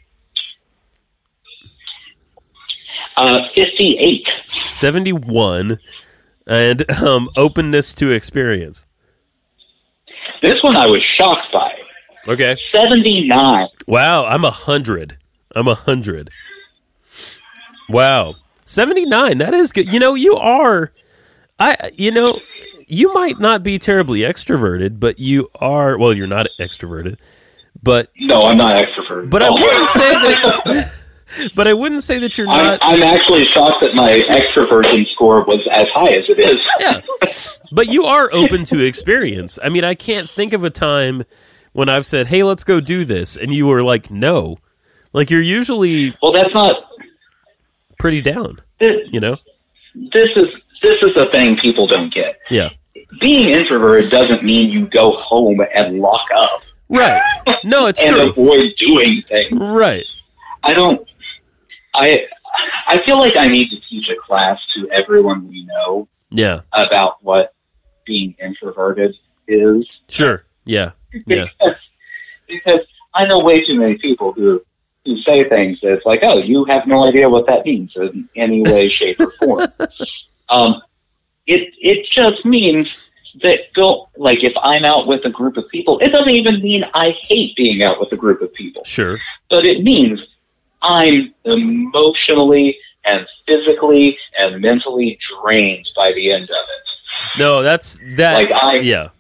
S5: Uh, 58.
S4: 71 and um openness to experience.
S5: This one I was shocked by.
S4: Okay.
S5: 79.
S4: Wow, I'm a 100. I'm a 100. Wow. 79. That is good. You know, you are I you know, you might not be terribly extroverted, but you are well, you're not extroverted, but
S5: No, I'm not extrovert.
S4: But I
S5: Oh.
S4: wouldn't say that. but I wouldn't say that you're
S5: I'm,
S4: not.
S5: I'm actually shocked that my extroversion score was as high as it is.
S4: Yeah. But you are open to experience. I mean, I can't think of a time when I've said, "Hey, let's go do this," and you were like, "No." Like you're usually
S5: Well, that's not.
S4: pretty down,
S5: This,
S4: you know?
S5: this is this is the thing people don't get.
S4: Yeah.
S5: Being introverted doesn't mean you go home and lock up
S4: Right. No, it's
S5: and
S4: true.
S5: avoid doing things.
S4: Right.
S5: I don't. I I feel like I need to teach a class to everyone we know
S4: Yeah.
S5: about what being introverted is.
S4: Sure. Yeah. Yeah.
S5: Because, because I know way too many people who who say things that's like, oh, you have no idea what that means in any way, shape, or form. Um, it it just means that go like if I'm out with a group of people, it doesn't even mean I hate being out with a group of people,
S4: Sure.
S5: but it means I'm emotionally and physically and mentally drained by the end of it.
S4: No, that's that
S5: Like, I-
S4: Yeah.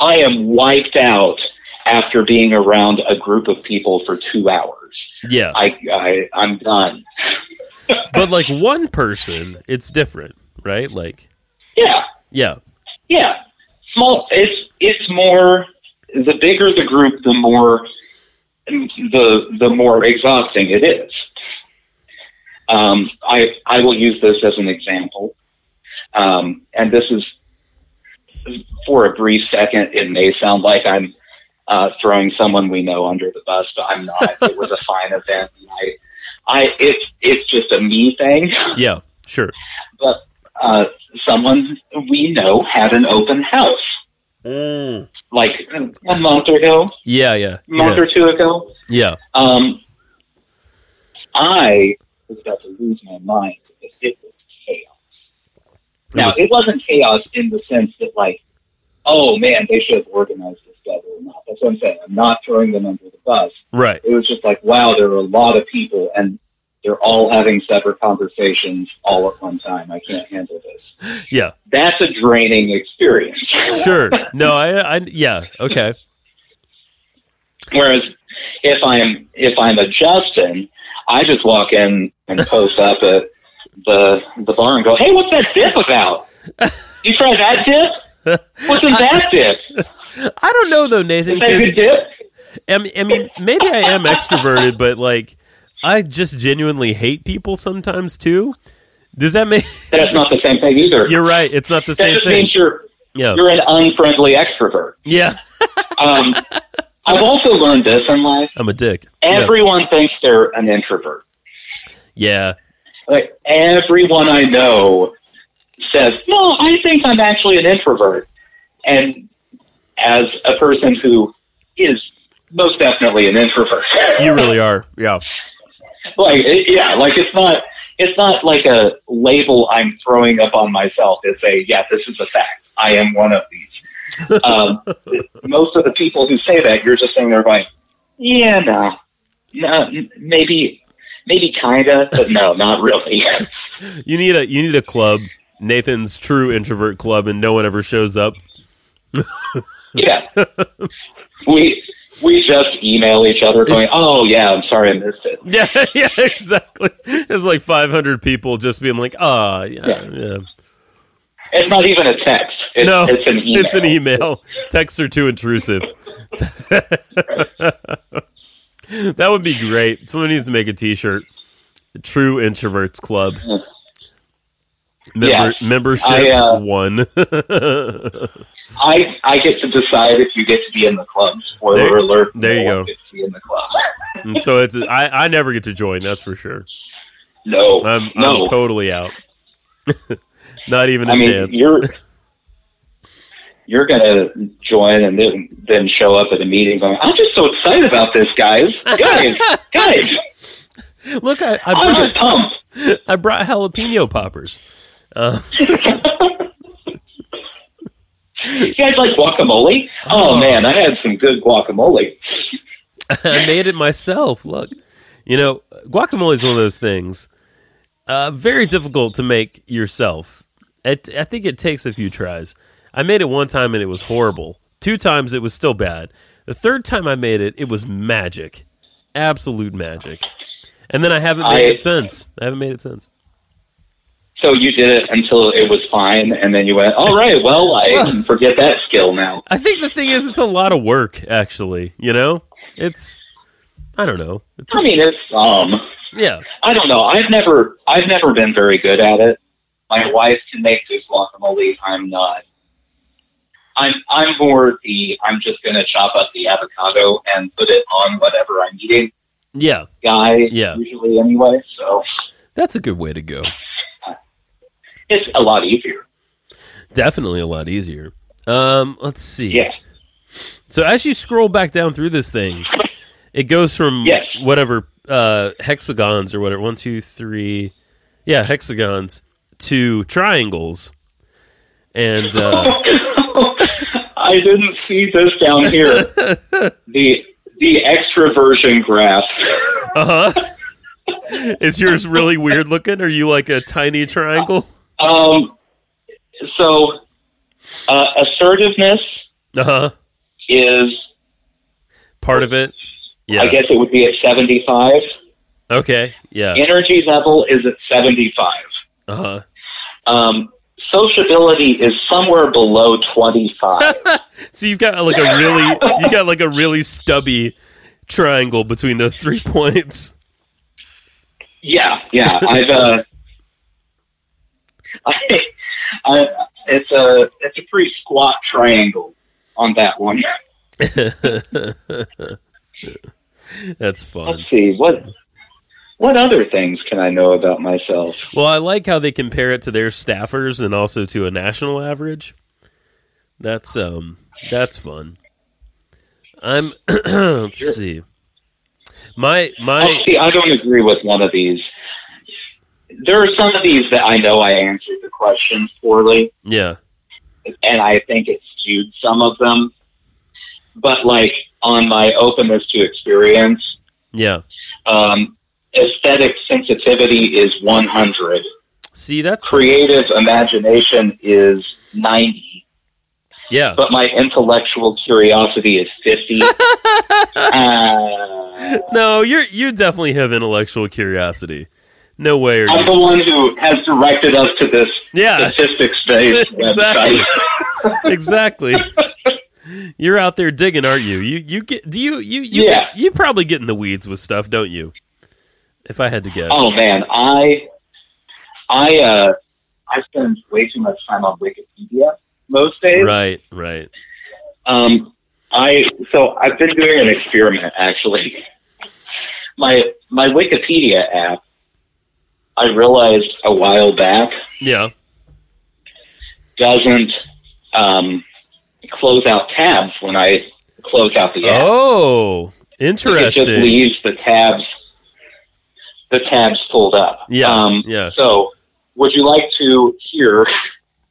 S5: I am wiped out after being around a group of people for two hours.
S4: Yeah.
S5: I, I I'm done.
S4: But like one person, it's different, right? Like
S5: Yeah,
S4: yeah.
S5: yeah. Small. It's it's more. The bigger the group, the more the the more exhausting it is. Um, I I will use this as an example, um, and this is for a brief second. It may sound like I'm uh, throwing someone we know under the bus, but I'm not. it was a fine event. and I, I it's it's just a me thing.
S4: Yeah. Sure.
S5: Uh, someone we know had an open house Mm. like a month ago,
S4: Yeah, yeah.
S5: month
S4: Yeah.
S5: or two ago.
S4: yeah.
S5: Um, I was about to lose my mind because it was chaos.
S4: It
S5: Now,
S4: was-
S5: it wasn't chaos in the sense that, like, oh man, they should have organized this better or not. That's what I'm saying. I'm not throwing them under the bus.
S4: Right.
S5: It was just like, wow, there were a lot of people and they're all having separate conversations all at one time. I can't handle this.
S4: Yeah.
S5: That's a draining experience.
S4: Sure. No, I, I yeah, okay.
S5: Whereas if I'm if I'm a Justin, I just walk in and post up at the the bar and go, "Hey, what's that dip about? You try that dip? What's in that dip?
S4: I don't know though, Nathan.
S5: Is that a
S4: 'cause,
S5: good dip?"
S4: I mean, I mean, maybe I am extroverted, but like, I just genuinely hate people sometimes too. Does that make?
S5: That's not the same thing either.
S4: You're right. It's not the
S5: that
S4: same
S5: just
S4: thing.
S5: means you're
S4: Yeah.
S5: You're an unfriendly extrovert.
S4: Yeah.
S5: Um, I've also learned this in life.
S4: I'm a dick. Yeah.
S5: Everyone thinks they're an introvert.
S4: yeah.
S5: Like everyone I know says, "No, I think I'm actually an introvert." And as a person who is most definitely an introvert,
S4: You really are. Yeah.
S5: like it- yeah, like it's not it's not like a label I'm throwing up on myself. It's a yeah, this is a fact. I am one of these. um, most of the people who say that, you're just sitting there going, yeah, no, no, m- maybe maybe kinda, but no, not really.
S4: You need a you need a club. Nathan's true introvert club, and no one ever shows up.
S5: yeah, we. We just email each other going, oh, yeah, I'm sorry I missed it.
S4: Yeah, yeah, exactly. It's like 500 people just being like, ah, yeah, yeah.
S5: Yeah. It's not even a text. It's,
S4: no,
S5: it's an email.
S4: It's an email. Texts are too intrusive. that would be great. Someone needs to make a T-shirt. True introverts club. Member,
S5: Yes.
S4: Membership
S5: Hmm. I, uh,
S4: one. e-,
S5: I I get to decide if you get to be in the club. Spoiler
S4: There-
S5: alert!
S4: there you
S5: no one
S4: go.
S5: Gets to be in the club.
S4: And Mm, so it's I, I never get to join. That's for sure.
S5: No,
S4: I'm
S5: no.
S4: I'm totally out. Not even a
S5: I mean,
S4: chance.
S5: you're you're gonna join and then then show up at a meeting going, "I'm just so excited about this, guys, guys, guys!
S4: Look, I, I
S5: I'm
S4: brought
S5: just pumped."
S4: I brought jalapeno poppers.
S5: You guys like guacamole? Oh, man, I had some good guacamole.
S4: I made it myself. Look, you know, guacamole is one of those things. Uh, very difficult to make yourself. It, I think it takes a few tries. I made it one time and it was horrible. Two times it was still bad. The third time I made it, it was magic, absolute magic. And then I haven't made
S5: I-
S4: it since. I haven't made it since.
S5: So you did it until it was fine, and then you went, "All right, well, I can forget that skill now."
S4: I think the thing is, it's a lot of work. Actually, you know, it's I don't know. It's
S5: I mean, it's um.
S4: yeah,
S5: I don't know. I've never I've never been very good at it. My wife can make good guacamole. I'm not. I'm I'm more the I'm just gonna chop up the avocado and put it on whatever I'm eating
S4: yeah.
S5: guy
S4: Yeah.
S5: usually anyway. So
S4: That's a good way to go.
S5: it's a lot easier.
S4: Definitely a lot easier. Um, let's see.
S5: Yeah.
S4: So as you scroll back down through this thing, it goes from
S5: Yes.
S4: whatever uh, hexagons or whatever one, two, three, yeah, hexagons to triangles, and uh,
S5: I didn't see this down here. the the extroversion graph.
S4: uh huh. Is yours really weird looking? Are you like a tiny triangle?
S5: Um, so uh, assertiveness
S4: Uh huh.
S5: is
S4: Part of it. Yeah.
S5: I guess it would be at 75.
S4: okay. Yeah.
S5: Energy level is at 75.
S4: Uh huh.
S5: Um, sociability is somewhere below 25.
S4: So you've got like a really you got like a really stubby triangle between those three points.
S5: yeah, yeah. I've uh, I, I, it's a it's a pretty squat triangle on that one.
S4: That's fun.
S5: Let's see what what other things can I know about myself?
S4: Well, I like how they compare it to their staffers and also to a national average. That's um that's fun. I'm let's
S5: Sure.
S4: see. My
S5: Oh,
S4: my
S5: see, I don't agree with one of these. There are some of these that I know I answered the questions poorly.
S4: yeah.
S5: and I think it skewed some of them. But like on my openness to experience,
S4: Yeah.
S5: um, aesthetic sensitivity is 100.
S4: See, that's nice.
S5: Creative imagination is 90.
S4: Yeah.
S5: But my intellectual curiosity is 50. uh,
S4: No, you're you definitely have intellectual curiosity. No way are
S5: I'm
S4: you.
S5: the one who has directed us to this
S4: Yeah.
S5: statistics-based
S4: Exactly.
S5: website.
S4: exactly. You're out there digging, aren't you? You you get do you you you
S5: Yeah.
S4: you probably get in the weeds with stuff, don't you? If I had to guess.
S5: Oh man, I, I, uh, I spend way too much time on Wikipedia. most days.
S4: Right, right.
S5: Um, I so I've been doing an experiment actually. My my Wikipedia app. I realized a while back
S4: Yeah.
S5: doesn't um, close out tabs when I close out the app.
S4: Oh,
S5: It just
S4: interesting.
S5: leaves the tabs the tabs pulled up.
S4: Yeah,
S5: Um,
S4: yeah.
S5: So, would you like to hear?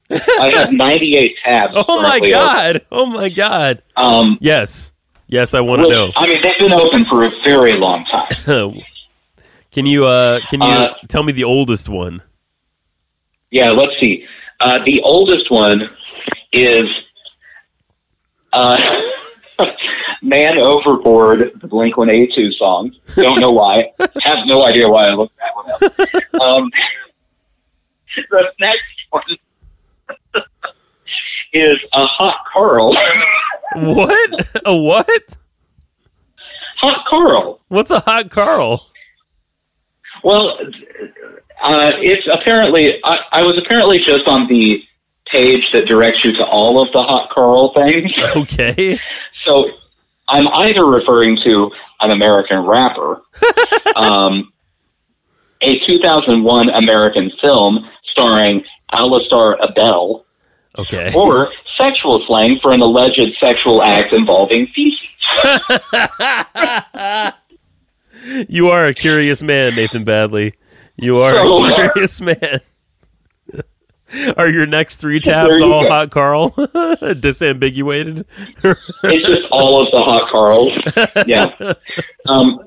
S5: I have 98 tabs.
S4: Oh my
S5: currently
S4: god. Oh my god.
S5: open. Um,
S4: Yes. Yes, I want
S5: which-
S4: to
S5: I mean, they've been open for a very long time.
S4: know. can you uh can you
S5: Uh,
S4: tell me the oldest one?
S5: Yeah, let's see. Uh, the oldest one is uh, Man Overboard, the Blink 182 song. Don't know why. Have no idea why I looked that one up. Um, the next one is a Hot Carl.
S4: What? A what?
S5: Hot Carl.
S4: What's a hot Carl?
S5: Well, uh, it's apparently, I, I was apparently just on the page that directs you to all of the Hot Carl things.
S4: Okay.
S5: So I'm either referring to an American rapper, um, a 2001 American film starring Alistair Abel,
S4: Okay.
S5: or sexual slang for an alleged sexual act involving feces.
S4: you are a curious man, Nathan Badley. You are
S5: Oh.
S4: a curious man. Are your next three tabs
S5: you
S4: all
S5: go.
S4: hot Carl? Disambiguated?
S5: It's just all of the hot Carls. Yeah. Um,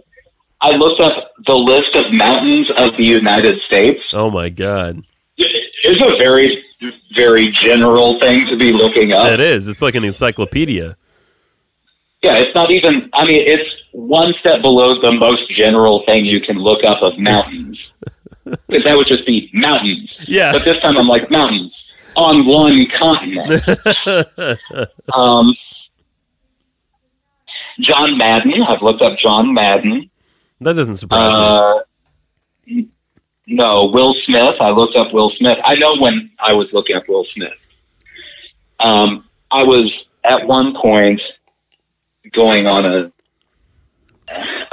S5: I looked up the list of mountains of the United States.
S4: oh my god.
S5: It's a very, very general thing to be looking up.
S4: That is. It's like an encyclopedia.
S5: Yeah, it's not even. I mean, it's one step below the most general thing you can look up of mountains, because that would just be mountains.
S4: Yeah.
S5: But this time, I'm like mountains on one continent. Um, John Madden. I've looked up John Madden.
S4: That doesn't surprise me.
S5: Uh, no, Will Smith. I looked up Will Smith. I know when I was looking up Will Smith. Um, I was at one point going on a,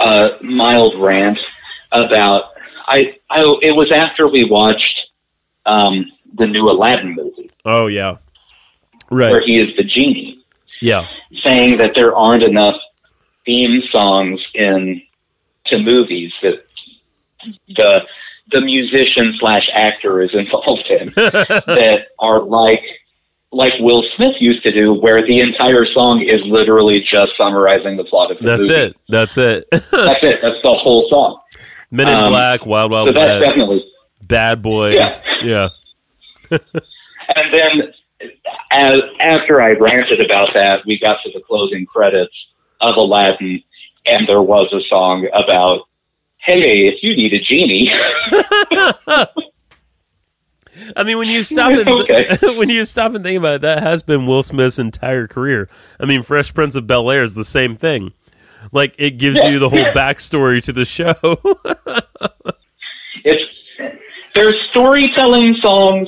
S5: a mild rant about I, I. It was after we watched um, the new Aladdin movie
S4: Oh yeah.
S5: where
S4: Right.
S5: he is the genie
S4: Yeah.
S5: saying that there aren't enough theme songs in to movies that the the musician slash actor is involved in that are like like Will Smith used to do, where the entire song is literally just summarizing the plot of the
S4: That's
S5: movie.
S4: it. That's it.
S5: That's it. That's the whole song.
S4: Men in
S5: Um,
S4: Black, Wild Wild
S5: so that's
S4: West,
S5: definitely
S4: Bad Boys. Yeah.
S5: And then as, after I ranted about that, we got to the closing credits of Aladdin, and there was a song about, hey, if you need a genie.
S4: I mean, when you stop and
S5: Okay.
S4: when you stop and think about it, that has been Will Smith's entire career. I mean, Fresh Prince of Bel Air is the same thing. Like it gives you the whole backstory to the show.
S5: It's, there's storytelling songs,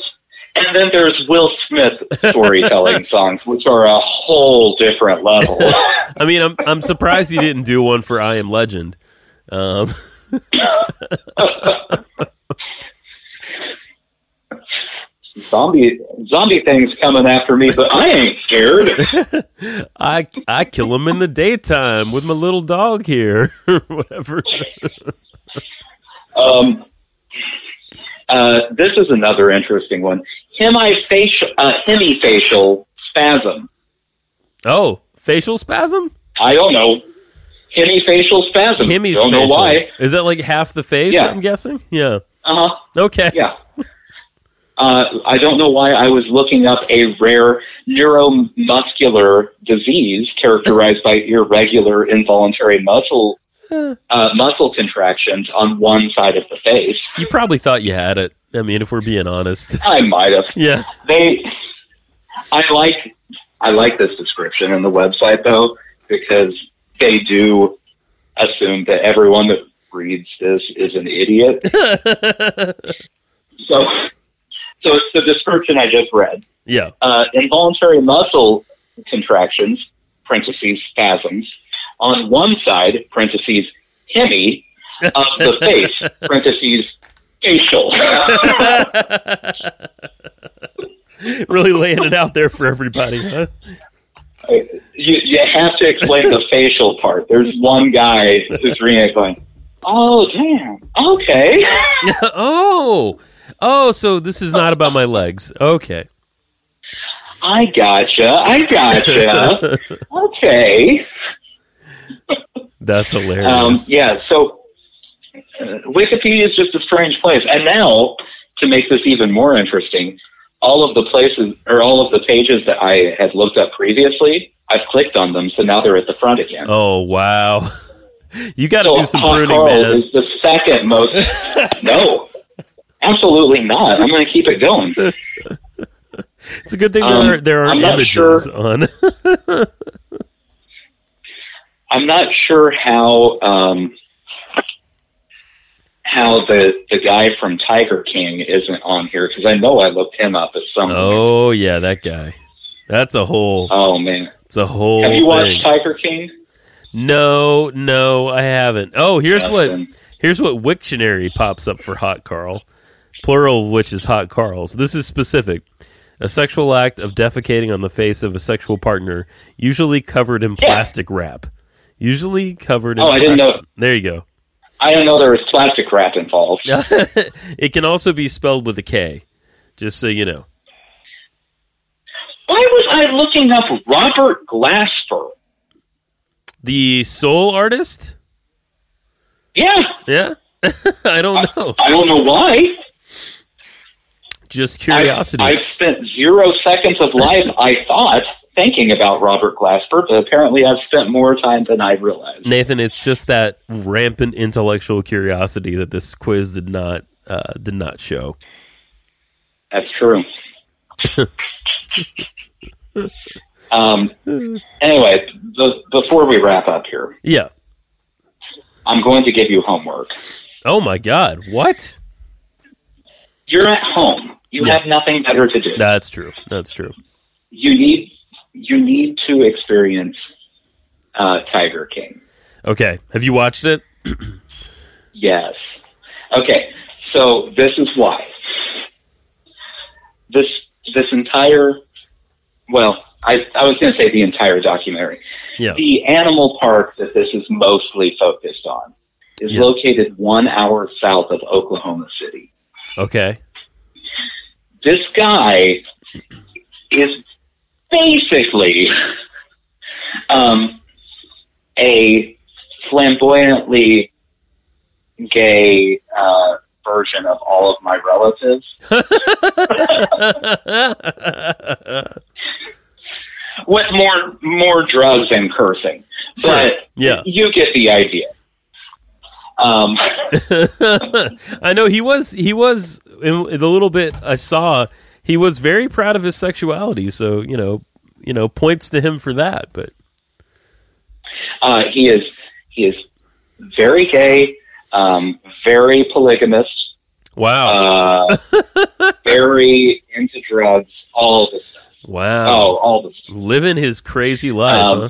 S5: and then there's Will Smith storytelling songs, which are a whole different level.
S4: I mean, I'm I'm surprised he didn't do one for I Am Legend. Um,
S5: zombie zombie things coming after me, but I ain't scared.
S4: I I kill him in the daytime with my little dog here, or whatever.
S5: Um, uh, this is another interesting one. Hemifacial, uh, hemifacial spasm.
S4: Oh, facial spasm.
S5: I don't know. Hemifacial spasm.
S4: Kimmy's
S5: don't know
S4: facial.
S5: why.
S4: Is that like half the face?
S5: Yeah.
S4: I'm guessing. Yeah.
S5: Uh huh.
S4: Okay.
S5: Yeah. Uh, I don't know why I was looking up a rare neuromuscular disease characterized by irregular involuntary muscle
S4: Huh.
S5: uh, muscle contractions on one side of the face.
S4: You probably thought you had it. I mean, if we're being honest.
S5: I might have
S4: Yeah.
S5: they I like I like this description in the website though because they do assume that everyone that reads this is an idiot. So so the description I just read.
S4: Yeah.
S5: Uh, involuntary muscle contractions, parentheses, spasms, on one side, parentheses, hemi, of the face, parentheses, facial.
S4: really laying it out there for everybody, huh?
S5: you, you have to explain the facial part. There's one guy who's reading it going, oh, damn, okay.
S4: oh. Oh, so this is not about my legs. Okay.
S5: I gotcha, I gotcha. okay.
S4: That's
S5: Um,
S4: hilarious.
S5: yeah, so uh, Wikipedia is just a strange place. And now, to make this even more interesting, all of the places or all of the pages that I had looked up previously, I've clicked on them, so now they're at the front again.
S4: oh, wow. You got to
S5: so
S4: do some
S5: Hot
S4: pruning,
S5: Carl
S4: man.
S5: is the second most. no, absolutely not. I'm going to keep it going.
S4: It's a good thing
S5: Um,
S4: there are there are
S5: I'm not
S4: images
S5: sure.
S4: on.
S5: I'm not sure how um, how the the guy from Tiger King isn't on here because I know I looked him up as some.
S4: oh yeah, that guy. That's a whole.
S5: Oh man,
S4: It's a whole
S5: have you
S4: thing.
S5: watched Tiger King?
S4: no, no, I haven't. Oh, here's what
S5: Justin?
S4: here's what Wiktionary pops up for hot Carl, plural of which is hot Carls. This is specific. A sexual act of defecating on the face of a sexual partner, usually covered in
S5: Yeah.
S4: plastic wrap. Usually covered in
S5: Oh, I didn't
S4: plastic-
S5: know.
S4: There you go.
S5: I don't know there was plastic wrap involved.
S4: it can also be spelled with a K, just so you know.
S5: Why was I looking up Robert Glasper?
S4: The soul artist?
S5: Yeah,
S4: Yeah. I don't know.
S5: I don't know why.
S4: Just curiosity.
S5: I, I spent zero seconds of life, I thought, thinking about Robert Glasper, but apparently I've spent more time than I realized.
S4: Nathan, it's just that rampant intellectual curiosity that this quiz did not uh, did not show.
S5: That's true. um, anyway, the, before we wrap up here,
S4: Yeah.
S5: I'm going to give you homework.
S4: Oh my God. What?
S5: You're at home. You
S4: Yeah.
S5: have nothing better to do.
S4: That's true. That's true.
S5: you need you need to experience uh, Tiger King.
S4: Okay. Have you watched it?
S5: Yes. Okay. So this is why this this entire well, I I was going to say the entire documentary.
S4: Yeah.
S5: The animal park that this is mostly focused on is
S4: Yeah.
S5: located one hour south of Oklahoma City.
S4: Okay.
S5: This guy is basically um, a flamboyantly gay uh, version of all of my relatives. With more more drugs and cursing,
S4: Sure. Yeah.
S5: but you get the idea. Um,
S4: I know he was he was in the little bit I saw he was very proud of his sexuality, so you know, you know, points to him for that, but
S5: Uh, he is he is very gay, um, very polygamist,
S4: wow.
S5: uh, very into drugs, all the stuff.
S4: wow.
S5: Oh, all the stuff.
S4: Living his crazy life,
S5: Um,
S4: huh?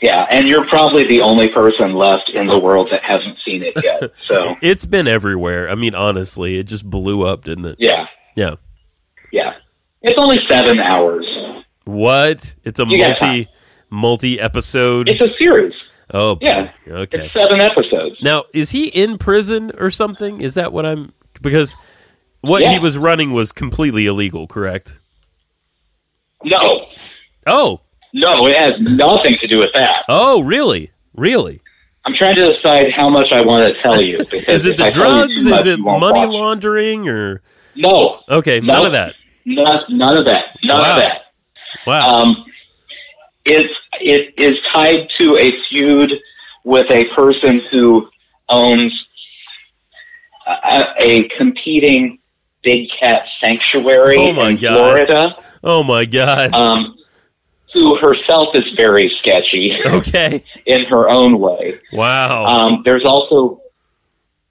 S5: Yeah, and you're probably the only person left in the world that hasn't seen it yet. So
S4: It's been everywhere. I mean, honestly, it just blew up, didn't it?
S5: yeah,
S4: Yeah.
S5: yeah. It's only seven hours.
S4: What? It's a
S5: You got
S4: multi multi episode.
S5: It's a series.
S4: Oh, boy.
S5: yeah.
S4: Okay.
S5: It's seven episodes.
S4: Now, is he in prison or something? Is that what I'm because what he
S5: Yeah.
S4: was running was completely illegal, correct?
S5: No,
S4: Oh,
S5: no, it has nothing to do with that.
S4: oh, really? Really?
S5: I'm trying to decide how much I want to tell you. Because
S4: Is it
S5: if
S4: the
S5: I tell you
S4: drugs?
S5: too much,
S4: Is it
S5: you won't
S4: money
S5: watch.
S4: laundering or
S5: No,
S4: Okay, none
S5: No.
S4: of that.
S5: None, none of that. None
S4: Wow.
S5: of that.
S4: Wow.
S5: Um, it's it is tied to a feud with a person who owns a, a competing big cat sanctuary
S4: Oh, my
S5: in
S4: God.
S5: Florida,
S4: oh my god.
S5: um, who herself is very sketchy
S4: okay.
S5: in her own way.
S4: Wow.
S5: Um, there's also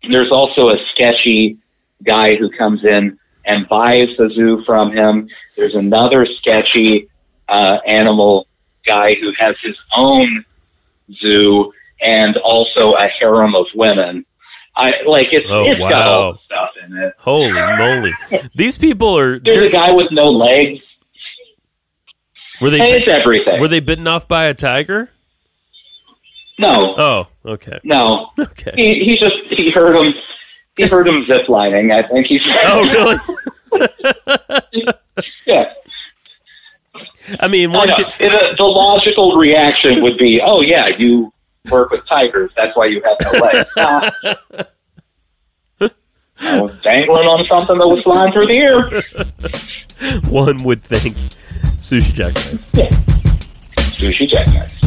S5: there's also a sketchy guy who comes in and buys the zoo from him. There's another sketchy uh, animal guy who has his own zoo and also a harem of women. I like it's
S4: Oh,
S5: it's got
S4: wow.
S5: all the stuff in it.
S4: Holy moly! These people are.
S5: There's a
S4: they're-
S5: guy with no legs.
S4: Were
S5: Hey,
S4: they
S5: it's everything.
S4: were they bitten off by a tiger?
S5: no,
S4: Oh, okay,
S5: no.
S4: okay.
S5: He he just he heard him. He heard him ziplining. I think he said.
S4: Oh, really?
S5: yeah.
S4: I mean,
S5: I
S4: one
S5: know.
S4: could,
S5: The, the logical reaction would be, oh yeah, you work with tigers. That's why you have no legs. Nah. I was dangling on something that was flying through the air.
S4: one would think sushi jackknife.
S5: Sushi jackknife.